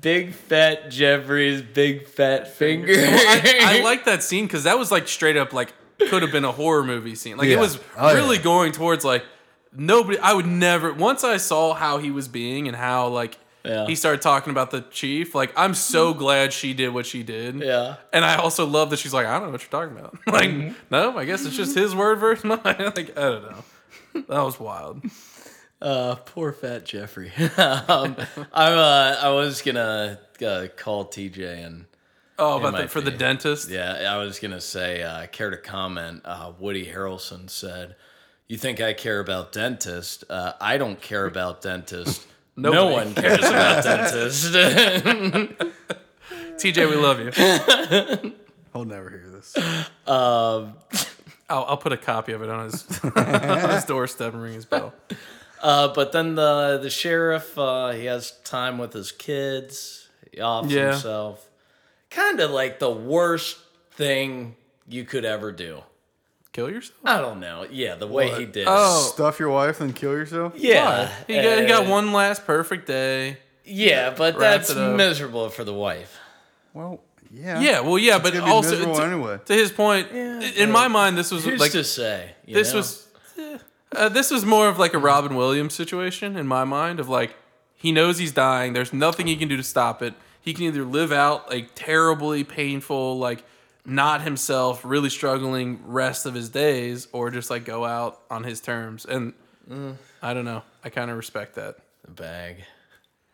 [SPEAKER 2] Big fat Jeffrey's big fat finger.
[SPEAKER 1] I like that scene because that was like straight up like could have been a horror movie scene. Like it
[SPEAKER 3] Yeah.
[SPEAKER 1] was
[SPEAKER 3] Oh, yeah.
[SPEAKER 1] really going towards like nobody. I would never. Once I saw how he was being and how like
[SPEAKER 2] Yeah.
[SPEAKER 1] he started talking about the chief. Like I'm so glad she did what she did.
[SPEAKER 2] Yeah.
[SPEAKER 1] And I also love that she's like, I don't know what you're talking about. Like,
[SPEAKER 2] Mm-hmm.
[SPEAKER 1] no, I guess it's just his word versus mine. Like, I don't know. That was wild.
[SPEAKER 2] Uh, poor fat Jeffrey. um, I'm, uh, I was gonna uh, call TJ and
[SPEAKER 1] Oh, about the,
[SPEAKER 2] might
[SPEAKER 1] for the
[SPEAKER 2] be.
[SPEAKER 1] dentist.
[SPEAKER 2] yeah, I was gonna say uh, I care to comment. Uh, Woody Harrelson said, "You think I care about dentist? Uh, I don't care about dentist. no
[SPEAKER 1] Nobody
[SPEAKER 2] one cares about dentist."
[SPEAKER 1] TJ, we love you.
[SPEAKER 3] I'll never hear this.
[SPEAKER 1] I'll, I'll put a copy of it on his, on his doorstep and ring his bell.
[SPEAKER 2] Uh, but then the the sheriff, uh, he has time with his kids. He offs
[SPEAKER 1] Yeah.
[SPEAKER 2] himself. Kind of like the worst thing you could ever do.
[SPEAKER 1] Kill yourself.
[SPEAKER 2] I don't know. Yeah, the way he did.
[SPEAKER 1] Oh.
[SPEAKER 3] Stuff your wife and kill yourself?
[SPEAKER 2] yeah.
[SPEAKER 1] He got, he got
[SPEAKER 2] uh,
[SPEAKER 1] one last perfect day.
[SPEAKER 2] Yeah, but
[SPEAKER 1] Wrap
[SPEAKER 2] that's
[SPEAKER 1] it up.
[SPEAKER 2] miserable for the wife.
[SPEAKER 3] Well, yeah.
[SPEAKER 1] Yeah, well, yeah, but
[SPEAKER 3] gonna be
[SPEAKER 1] also
[SPEAKER 3] miserable
[SPEAKER 1] to,
[SPEAKER 3] anyway.
[SPEAKER 1] to his point, in my mind, this was
[SPEAKER 2] Who's
[SPEAKER 1] like
[SPEAKER 2] to say? you
[SPEAKER 1] this
[SPEAKER 2] know?
[SPEAKER 1] was eh, uh, this was more of like a Robin Williams situation in my mind of like he knows he's dying. There's nothing he can do to stop it. He can either live out like terribly painful, like not himself, really struggling rest of his days, or just like go out on his terms. And I don't know. I kind of respect that.
[SPEAKER 2] the bag.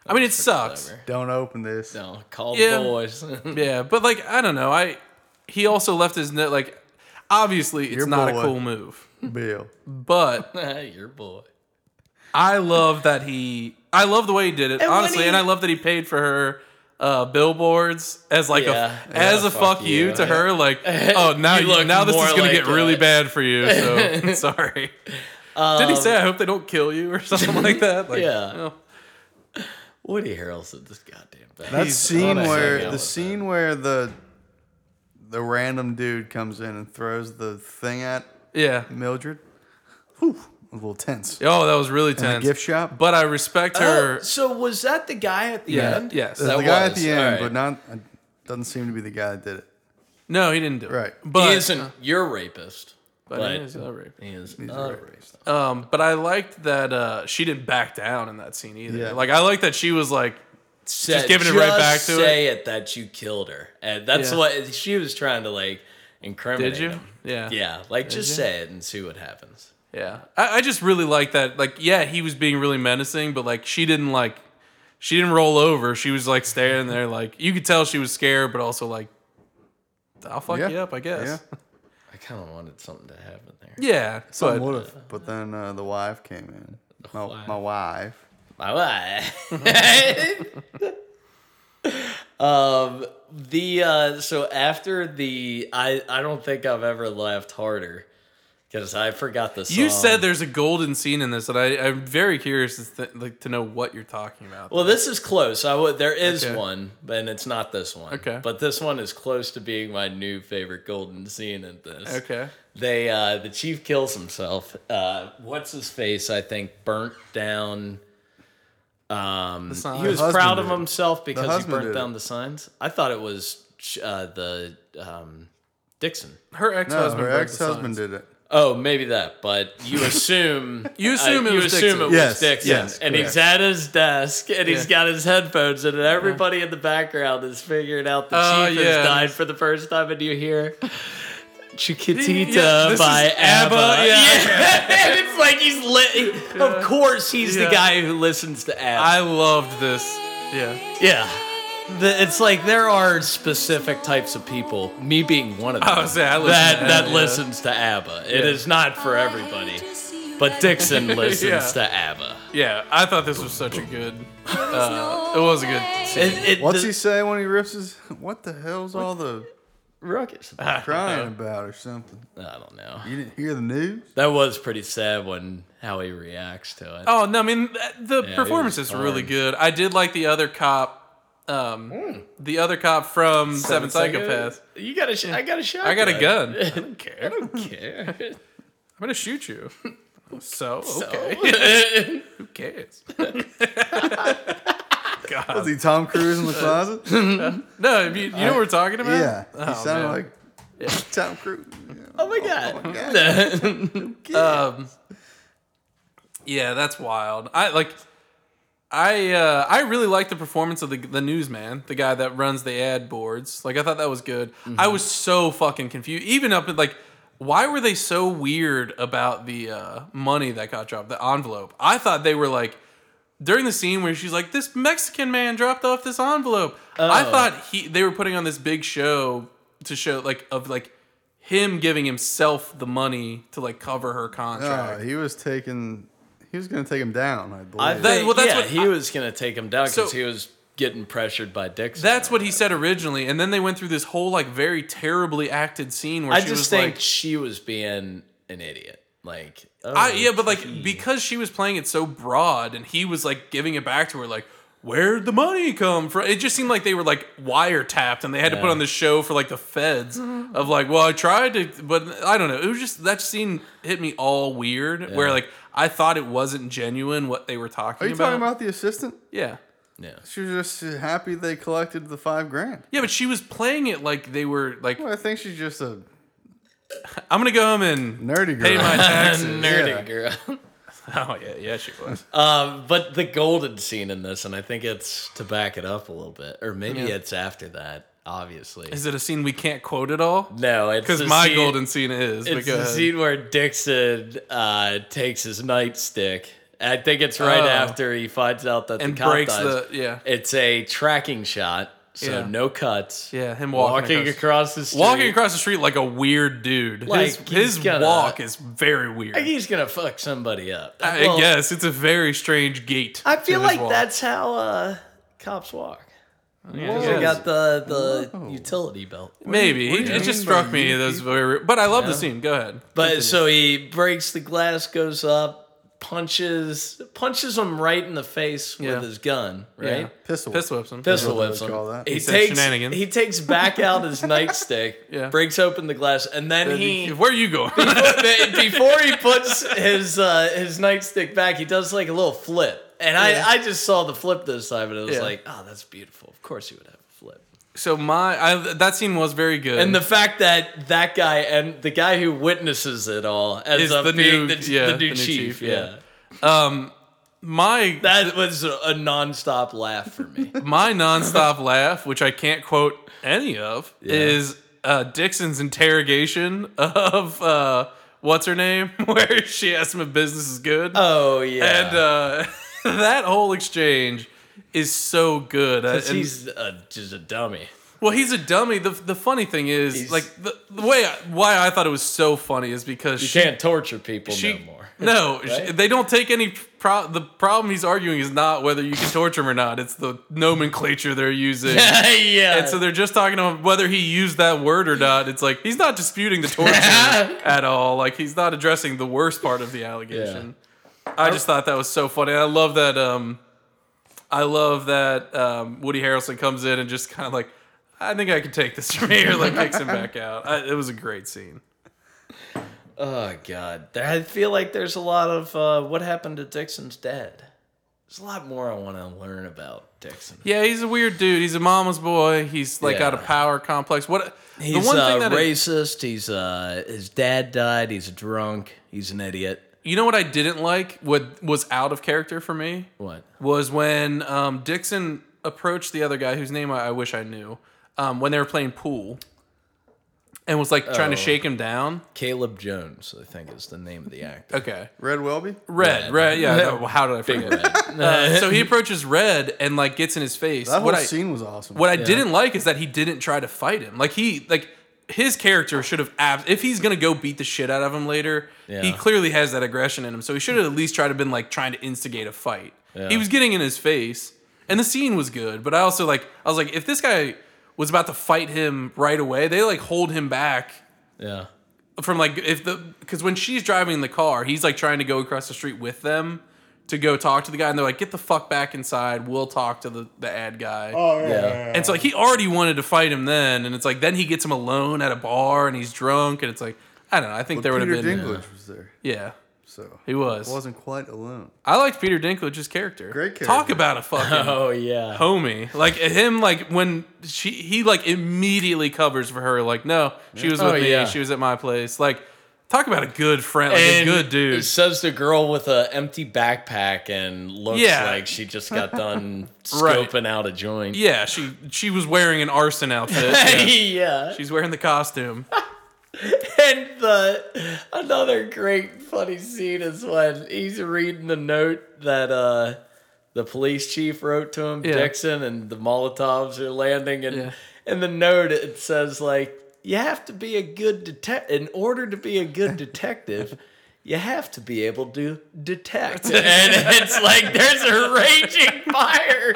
[SPEAKER 1] I mean, it sucks.
[SPEAKER 2] Whatever.
[SPEAKER 3] Don't open this.
[SPEAKER 2] No, call
[SPEAKER 1] Yeah.
[SPEAKER 2] the boys.
[SPEAKER 1] Yeah, but like I don't know. I he also left his net like obviously it's
[SPEAKER 3] Your
[SPEAKER 1] not
[SPEAKER 3] boy.
[SPEAKER 1] a cool move,
[SPEAKER 3] Bill.
[SPEAKER 1] but
[SPEAKER 2] Your boy.
[SPEAKER 1] I love that he. I love the way he did it,
[SPEAKER 2] And when
[SPEAKER 1] honestly,
[SPEAKER 2] he-
[SPEAKER 1] and I love that he paid for her uh, billboards as like
[SPEAKER 2] Yeah.
[SPEAKER 1] a as
[SPEAKER 2] Yeah,
[SPEAKER 1] a fuck,
[SPEAKER 2] fuck
[SPEAKER 1] you,
[SPEAKER 2] you.
[SPEAKER 1] to her. Like, oh, now
[SPEAKER 2] You
[SPEAKER 1] you,
[SPEAKER 2] look
[SPEAKER 1] now this
[SPEAKER 2] more
[SPEAKER 1] is gonna
[SPEAKER 2] like
[SPEAKER 1] get really
[SPEAKER 2] a-
[SPEAKER 1] bad for you. So sorry. did he say, "I hope they don't kill you" or something like that? Like,
[SPEAKER 2] Um, Yeah.
[SPEAKER 1] well,
[SPEAKER 2] Woody Harrelson, this goddamn bag.
[SPEAKER 3] That
[SPEAKER 1] He's
[SPEAKER 3] scene
[SPEAKER 2] honestly
[SPEAKER 3] where
[SPEAKER 2] hell
[SPEAKER 3] the
[SPEAKER 2] with
[SPEAKER 3] scene where the the random dude comes in and throws the thing at
[SPEAKER 1] yeah.
[SPEAKER 3] Mildred. Whew, a little tense.
[SPEAKER 1] Oh, that was really
[SPEAKER 3] In a
[SPEAKER 1] tense.
[SPEAKER 3] gift shop.
[SPEAKER 1] But I respect her.
[SPEAKER 2] Oh, so was that the guy at the
[SPEAKER 1] Yeah,
[SPEAKER 2] end?
[SPEAKER 1] yes.
[SPEAKER 3] There's
[SPEAKER 2] that
[SPEAKER 3] the guy at
[SPEAKER 2] was,
[SPEAKER 3] the end,
[SPEAKER 2] alright.
[SPEAKER 3] but not uh, doesn't seem to be the guy that did it.
[SPEAKER 1] no, he didn't do it.
[SPEAKER 3] Right.
[SPEAKER 1] But
[SPEAKER 2] he isn't your rapist.
[SPEAKER 1] But,
[SPEAKER 2] but-
[SPEAKER 1] he is a rape.
[SPEAKER 2] He is uh,
[SPEAKER 3] He's
[SPEAKER 2] not
[SPEAKER 3] a
[SPEAKER 2] a
[SPEAKER 3] rapist.
[SPEAKER 2] rapist.
[SPEAKER 1] Um, but I liked that uh, she didn't back down in that scene either.
[SPEAKER 3] Yeah.
[SPEAKER 1] Like I like that she was like,
[SPEAKER 2] Said-
[SPEAKER 1] giving it right back to
[SPEAKER 2] say it. that you killed her, and that's
[SPEAKER 1] Yeah.
[SPEAKER 2] what she was trying to like incriminate.
[SPEAKER 1] "Did you?
[SPEAKER 2] him. Yeah, like just say it and see what happens.
[SPEAKER 1] Yeah, I, I just really like that. Like, yeah, he was being really menacing, but like she didn't like, she didn't roll over. She was like standing there, like you could tell she was scared, but also like, I'll fuck
[SPEAKER 3] Yeah.
[SPEAKER 1] you up, I guess.
[SPEAKER 3] Yeah.
[SPEAKER 2] I kind of wanted something to happen there.
[SPEAKER 1] Yeah,
[SPEAKER 3] Some
[SPEAKER 1] but
[SPEAKER 3] would have, but then uh, the wife came in. My,
[SPEAKER 2] wife.
[SPEAKER 3] my wife.
[SPEAKER 2] My wife. um, the uh, so after the I I don't think I've ever laughed harder because I forgot the song.
[SPEAKER 1] you said there's a golden scene in this, and I, I'm very curious to th- like to know what you're talking about.
[SPEAKER 2] Well, this is close. I would. There is
[SPEAKER 1] Okay.
[SPEAKER 2] one, and it's not this one.
[SPEAKER 1] Okay.
[SPEAKER 2] But this one is close to being my new favorite golden scene in this.
[SPEAKER 1] okay,
[SPEAKER 2] They uh, the chief kills himself. Uh, what's his face? I think burnt down. Um,
[SPEAKER 3] Mm.
[SPEAKER 1] The sign.
[SPEAKER 2] he was
[SPEAKER 3] Uh, The husband
[SPEAKER 2] proud of
[SPEAKER 3] did it.
[SPEAKER 2] himself because he
[SPEAKER 3] husband
[SPEAKER 2] burnt
[SPEAKER 3] did
[SPEAKER 2] down
[SPEAKER 3] it.
[SPEAKER 2] the signs. I thought it was uh, the um, Dixon.
[SPEAKER 1] her ex
[SPEAKER 3] No,
[SPEAKER 1] husband.
[SPEAKER 3] her ex-husband did it.
[SPEAKER 2] Oh, maybe that, but you assume uh,
[SPEAKER 1] You assume it
[SPEAKER 2] you
[SPEAKER 1] was
[SPEAKER 2] assume
[SPEAKER 1] Dixon.
[SPEAKER 2] it was
[SPEAKER 3] Yes,
[SPEAKER 2] Dixon,
[SPEAKER 3] yes,
[SPEAKER 2] and he's
[SPEAKER 3] correct.
[SPEAKER 2] at his desk, and he's
[SPEAKER 1] Yeah.
[SPEAKER 2] got his headphones, in, and everybody in the background is figuring out the
[SPEAKER 1] Oh,
[SPEAKER 2] chief
[SPEAKER 1] yeah.
[SPEAKER 2] has died for the first time, and you hear Chiquitita
[SPEAKER 1] Yeah, this
[SPEAKER 2] by
[SPEAKER 1] is
[SPEAKER 2] ABBA.
[SPEAKER 1] ABBA, yeah.
[SPEAKER 2] and it's like he's lit. Of course, he's
[SPEAKER 1] Yeah.
[SPEAKER 2] the guy who listens to ABBA.
[SPEAKER 1] I loved this. Yeah.
[SPEAKER 2] yeah. The- it's like there are specific types of people, me being one of them,
[SPEAKER 1] I was saying, I listen
[SPEAKER 2] that,
[SPEAKER 1] to
[SPEAKER 2] that
[SPEAKER 1] ABBA, yeah.
[SPEAKER 2] listens to ABBA. It is not for everybody. But Dixon listens
[SPEAKER 1] Yeah.
[SPEAKER 2] to ABBA.
[SPEAKER 1] Yeah, I thought this was such a good. Uh, it was a good. Scene.
[SPEAKER 2] It, it,
[SPEAKER 3] What's
[SPEAKER 2] the-
[SPEAKER 3] he say when he rips his? What the hell's all the
[SPEAKER 2] Ruckus.
[SPEAKER 3] crying about or something?
[SPEAKER 2] I don't know.
[SPEAKER 3] You didn't hear the news?
[SPEAKER 2] That was pretty sad when how he reacts to it.
[SPEAKER 1] Oh no! I mean, th- the
[SPEAKER 2] it
[SPEAKER 1] performance
[SPEAKER 2] was
[SPEAKER 1] is really
[SPEAKER 2] hard.
[SPEAKER 1] good. I did like the other cop, um, the other cop from Seven, Psychopaths.
[SPEAKER 2] You got a sh- I got a shot.
[SPEAKER 1] I got a gun. I don't
[SPEAKER 2] I
[SPEAKER 1] care. I'm
[SPEAKER 2] don't care.
[SPEAKER 1] gonna shoot you. So okay,
[SPEAKER 2] So-
[SPEAKER 1] who cares?
[SPEAKER 3] Was he Tom Cruise in the closet?
[SPEAKER 1] No, you, you know what we're talking about.
[SPEAKER 3] yeah, he
[SPEAKER 1] Oh,
[SPEAKER 3] sounded
[SPEAKER 1] man.
[SPEAKER 3] like Tom Cruise. Yeah.
[SPEAKER 2] oh my god.
[SPEAKER 1] Um, yeah, that's wild. I like. I uh, I really like the performance of the the newsman, the guy that runs the ad boards. Like I thought that was good. I was so fucking confused. Even up at like, why were they so weird about the uh, money that got dropped, the envelope? I thought they were like during the scene where she's like, "This Mexican man dropped off this envelope." I
[SPEAKER 2] Oh.
[SPEAKER 1] thought he they were putting on this big show to show like of like him giving himself the money to like cover her
[SPEAKER 3] Oh,
[SPEAKER 1] contract.
[SPEAKER 3] he was taking. He was gonna take him down. I believe.
[SPEAKER 2] I think,
[SPEAKER 1] well, that's
[SPEAKER 2] yeah,
[SPEAKER 1] what
[SPEAKER 2] he
[SPEAKER 1] I-
[SPEAKER 2] was gonna take him down
[SPEAKER 1] So-
[SPEAKER 2] because he was getting pressured by Dixon.
[SPEAKER 1] That's what he said originally, and then they went through this whole like very terribly acted scene where
[SPEAKER 2] I
[SPEAKER 1] she was
[SPEAKER 2] just think
[SPEAKER 1] like,
[SPEAKER 2] she was being an idiot. Like,
[SPEAKER 1] I,
[SPEAKER 2] oh,
[SPEAKER 1] yeah, but like
[SPEAKER 2] gee.
[SPEAKER 1] because she was playing it so broad and he was like giving it back to her, like, where'd the money come from? It just seemed like they were like wiretapped and they had to put
[SPEAKER 2] Yeah.
[SPEAKER 1] on this show for like the feds
[SPEAKER 3] Mm-hmm.
[SPEAKER 1] of like, well, I tried to, but I don't know. It was just that scene hit me all weird where like I thought it wasn't genuine what they were talking
[SPEAKER 3] Are you
[SPEAKER 1] about.
[SPEAKER 3] talking about the assistant?
[SPEAKER 1] Yeah.
[SPEAKER 2] Yeah.
[SPEAKER 3] She was just happy they collected the five grand.
[SPEAKER 1] Yeah, but she was playing it like they were like,
[SPEAKER 3] Well, I think she's just a
[SPEAKER 1] I'm gonna go home and
[SPEAKER 3] nerdy girl.
[SPEAKER 1] pay my taxes.
[SPEAKER 2] Nerdy girl.
[SPEAKER 1] oh yeah, yeah, she was.
[SPEAKER 2] Um, but the golden scene in this, and I think it's to back it up a little bit, or maybe
[SPEAKER 1] Yeah.
[SPEAKER 2] it's after that. Obviously,
[SPEAKER 1] Is it a scene we can't quote at all?
[SPEAKER 2] no, it's
[SPEAKER 1] Because
[SPEAKER 2] the
[SPEAKER 1] my
[SPEAKER 2] scene-
[SPEAKER 1] golden scene is.
[SPEAKER 2] It's the
[SPEAKER 1] because
[SPEAKER 2] scene where Dixon uh, takes his nightstick. I think it's right
[SPEAKER 1] Oh.
[SPEAKER 2] after he finds out that
[SPEAKER 1] and
[SPEAKER 2] the cop
[SPEAKER 1] breaks
[SPEAKER 2] dies.
[SPEAKER 1] the yeah
[SPEAKER 2] It's a tracking shot, so
[SPEAKER 1] Yeah.
[SPEAKER 2] no cuts.
[SPEAKER 1] yeah him
[SPEAKER 2] walking,
[SPEAKER 1] walking, across,
[SPEAKER 2] across, the street.
[SPEAKER 1] walking across the street like a weird dude.
[SPEAKER 2] Like,
[SPEAKER 1] his
[SPEAKER 2] he's
[SPEAKER 1] his
[SPEAKER 2] gonna-
[SPEAKER 1] walk is very weird.
[SPEAKER 2] I think he's gonna fuck somebody up.
[SPEAKER 1] I
[SPEAKER 2] Well,
[SPEAKER 1] guess it's a very strange gait.
[SPEAKER 2] I
[SPEAKER 1] to
[SPEAKER 2] feel
[SPEAKER 1] his
[SPEAKER 2] like
[SPEAKER 1] walk.
[SPEAKER 2] that's how uh, cops walk.
[SPEAKER 1] Yeah,
[SPEAKER 3] Whoa.
[SPEAKER 1] I
[SPEAKER 2] They
[SPEAKER 1] guess.
[SPEAKER 2] got the the
[SPEAKER 3] Whoa.
[SPEAKER 2] utility belt.
[SPEAKER 1] Maybe
[SPEAKER 3] What do you
[SPEAKER 1] it, it just
[SPEAKER 3] mean by
[SPEAKER 1] struck me
[SPEAKER 3] you
[SPEAKER 1] those very. But I love the scene. Go ahead.
[SPEAKER 2] But so he breaks the glass, goes up, punches punches him right in the face
[SPEAKER 1] Yeah.
[SPEAKER 2] with his gun, right?
[SPEAKER 1] Yeah.
[SPEAKER 3] pistol.
[SPEAKER 1] piss whips him.
[SPEAKER 2] Pistol
[SPEAKER 3] Is what they
[SPEAKER 2] whips
[SPEAKER 3] would
[SPEAKER 2] him.
[SPEAKER 3] call that.
[SPEAKER 2] He,
[SPEAKER 3] He
[SPEAKER 1] said
[SPEAKER 2] takes
[SPEAKER 1] shenanigans.
[SPEAKER 2] he takes back out his nightstick,
[SPEAKER 1] Yeah.
[SPEAKER 2] breaks open the glass, and then, he,
[SPEAKER 1] Where you going?
[SPEAKER 2] before he puts his uh, his nightstick back, he does like a little flip. And
[SPEAKER 1] Yeah.
[SPEAKER 2] I, I just saw the flip this time, and I was
[SPEAKER 1] Yeah.
[SPEAKER 2] like, oh, that's beautiful. Of course he would have a flip.
[SPEAKER 1] so my I, that scene was very good.
[SPEAKER 2] And the fact that that guy and the guy who witnesses it all ends
[SPEAKER 1] Is
[SPEAKER 2] up
[SPEAKER 1] the
[SPEAKER 2] being
[SPEAKER 1] new-
[SPEAKER 2] the,
[SPEAKER 1] yeah,
[SPEAKER 2] the, new chief, yeah.
[SPEAKER 1] um my
[SPEAKER 2] That was a a nonstop laugh for me.
[SPEAKER 1] my nonstop laugh, which I can't quote any of, is uh, Dixon's interrogation of uh, what's her name, where she asks him if business is good,
[SPEAKER 2] Oh yeah,
[SPEAKER 1] and uh, that whole exchange is so good. Uh,
[SPEAKER 2] 'Cause
[SPEAKER 1] and-
[SPEAKER 2] he's uh, just a dummy.
[SPEAKER 1] Well, he's a dummy. The, the funny thing is,
[SPEAKER 2] He's-
[SPEAKER 1] like the, the way I, why I thought it was so funny is because
[SPEAKER 2] You
[SPEAKER 1] she
[SPEAKER 2] can't torture people
[SPEAKER 1] she-
[SPEAKER 2] no more.
[SPEAKER 1] No,
[SPEAKER 2] Right?
[SPEAKER 1] she- they don't take any. Pro- the problem he's arguing is not whether you can torture him or not. It's the nomenclature they're using.
[SPEAKER 2] yeah.
[SPEAKER 1] And so they're just talking about whether he used that word or not. It's like he's not disputing the torture at all. Like he's not addressing the worst part of the allegation. I just thought that was so funny. I love that. Um, I love that um, Woody Harrelson comes in and just kind of like, I think I can take this from here. Like kicks him back out. I, it was a great scene.
[SPEAKER 2] oh god, There- I feel like there's a lot of uh, what happened to Dixon's dad. There's a lot more I want to learn about Dixon.
[SPEAKER 1] Yeah, he's a weird dude. He's a mama's boy. He's like got a
[SPEAKER 2] Yeah.
[SPEAKER 1] power complex. What
[SPEAKER 2] He's
[SPEAKER 1] the one
[SPEAKER 2] uh,
[SPEAKER 1] thing that I-
[SPEAKER 2] racist. he's uh, his dad died. He's a drunk. He's an idiot.
[SPEAKER 1] you know what I didn't like what was out of character for me
[SPEAKER 2] What?
[SPEAKER 1] was when um, Dixon approached the other guy whose name I, I wish I knew um, when they were playing pool and was like trying to
[SPEAKER 2] Oh.
[SPEAKER 1] shake him down.
[SPEAKER 2] Caleb Jones, I think, is the name of the actor.
[SPEAKER 1] Okay,
[SPEAKER 3] Red Welby.
[SPEAKER 1] red,
[SPEAKER 2] Red.
[SPEAKER 1] red, yeah. no, how did I
[SPEAKER 2] Big
[SPEAKER 1] forget?
[SPEAKER 2] red.
[SPEAKER 1] Uh, so he approaches red and like gets in his face.
[SPEAKER 3] That whole
[SPEAKER 1] What I-
[SPEAKER 3] scene was awesome.
[SPEAKER 1] What I didn't like is that he didn't try to fight him. Like he like his character should have ab- if he's gonna go beat the shit out of him later. He
[SPEAKER 2] Yeah.
[SPEAKER 1] clearly has that aggression in him, so he should have at least tried to been like trying to instigate a fight. He was getting in his face, and the scene was good. But I also like I was like if this guy was about to fight him right away, they like hold him back
[SPEAKER 2] yeah.
[SPEAKER 1] from like if the because when she's driving the car, he's like trying to go across the street with them to go talk to the guy, and they're like, "Get the fuck back inside. We'll talk to the the ad guy."
[SPEAKER 3] Oh yeah.
[SPEAKER 2] Yeah.
[SPEAKER 1] And it's like he already wanted to fight him then, and it's like then he gets him alone at a bar and he's drunk, and it's like I don't know. I think there would
[SPEAKER 3] Peter
[SPEAKER 1] have been
[SPEAKER 3] Dinklage was there,
[SPEAKER 1] yeah.
[SPEAKER 3] so
[SPEAKER 1] He was.
[SPEAKER 3] wasn't quite alone.
[SPEAKER 1] I liked Peter Dinklage's character.
[SPEAKER 3] Great
[SPEAKER 1] Talk
[SPEAKER 3] character.
[SPEAKER 1] about a fucking
[SPEAKER 2] Oh yeah.
[SPEAKER 1] homie. Like him, like when she he like immediately covers for her. Like no, she was with
[SPEAKER 2] Oh,
[SPEAKER 1] me.
[SPEAKER 2] yeah.
[SPEAKER 1] She was at my place. Like talk about a good friend, like a
[SPEAKER 2] And
[SPEAKER 1] good
[SPEAKER 2] It
[SPEAKER 1] dude.
[SPEAKER 2] says the girl with an empty backpack and looks
[SPEAKER 1] Yeah.
[SPEAKER 2] like she just got done
[SPEAKER 1] Right.
[SPEAKER 2] scoping out a joint.
[SPEAKER 1] Yeah, she she was wearing an arson outfit.
[SPEAKER 2] yeah.
[SPEAKER 1] Yeah. She's wearing the costume.
[SPEAKER 2] And the another great funny scene is when he's reading the note that uh the police chief wrote to him,
[SPEAKER 1] Yeah.
[SPEAKER 2] Dixon, and the Molotovs are landing and
[SPEAKER 1] Yeah.
[SPEAKER 2] in the note it says like you have to be a good detect in order to be a good detective You have to be able to detect. And it's like there's a raging fire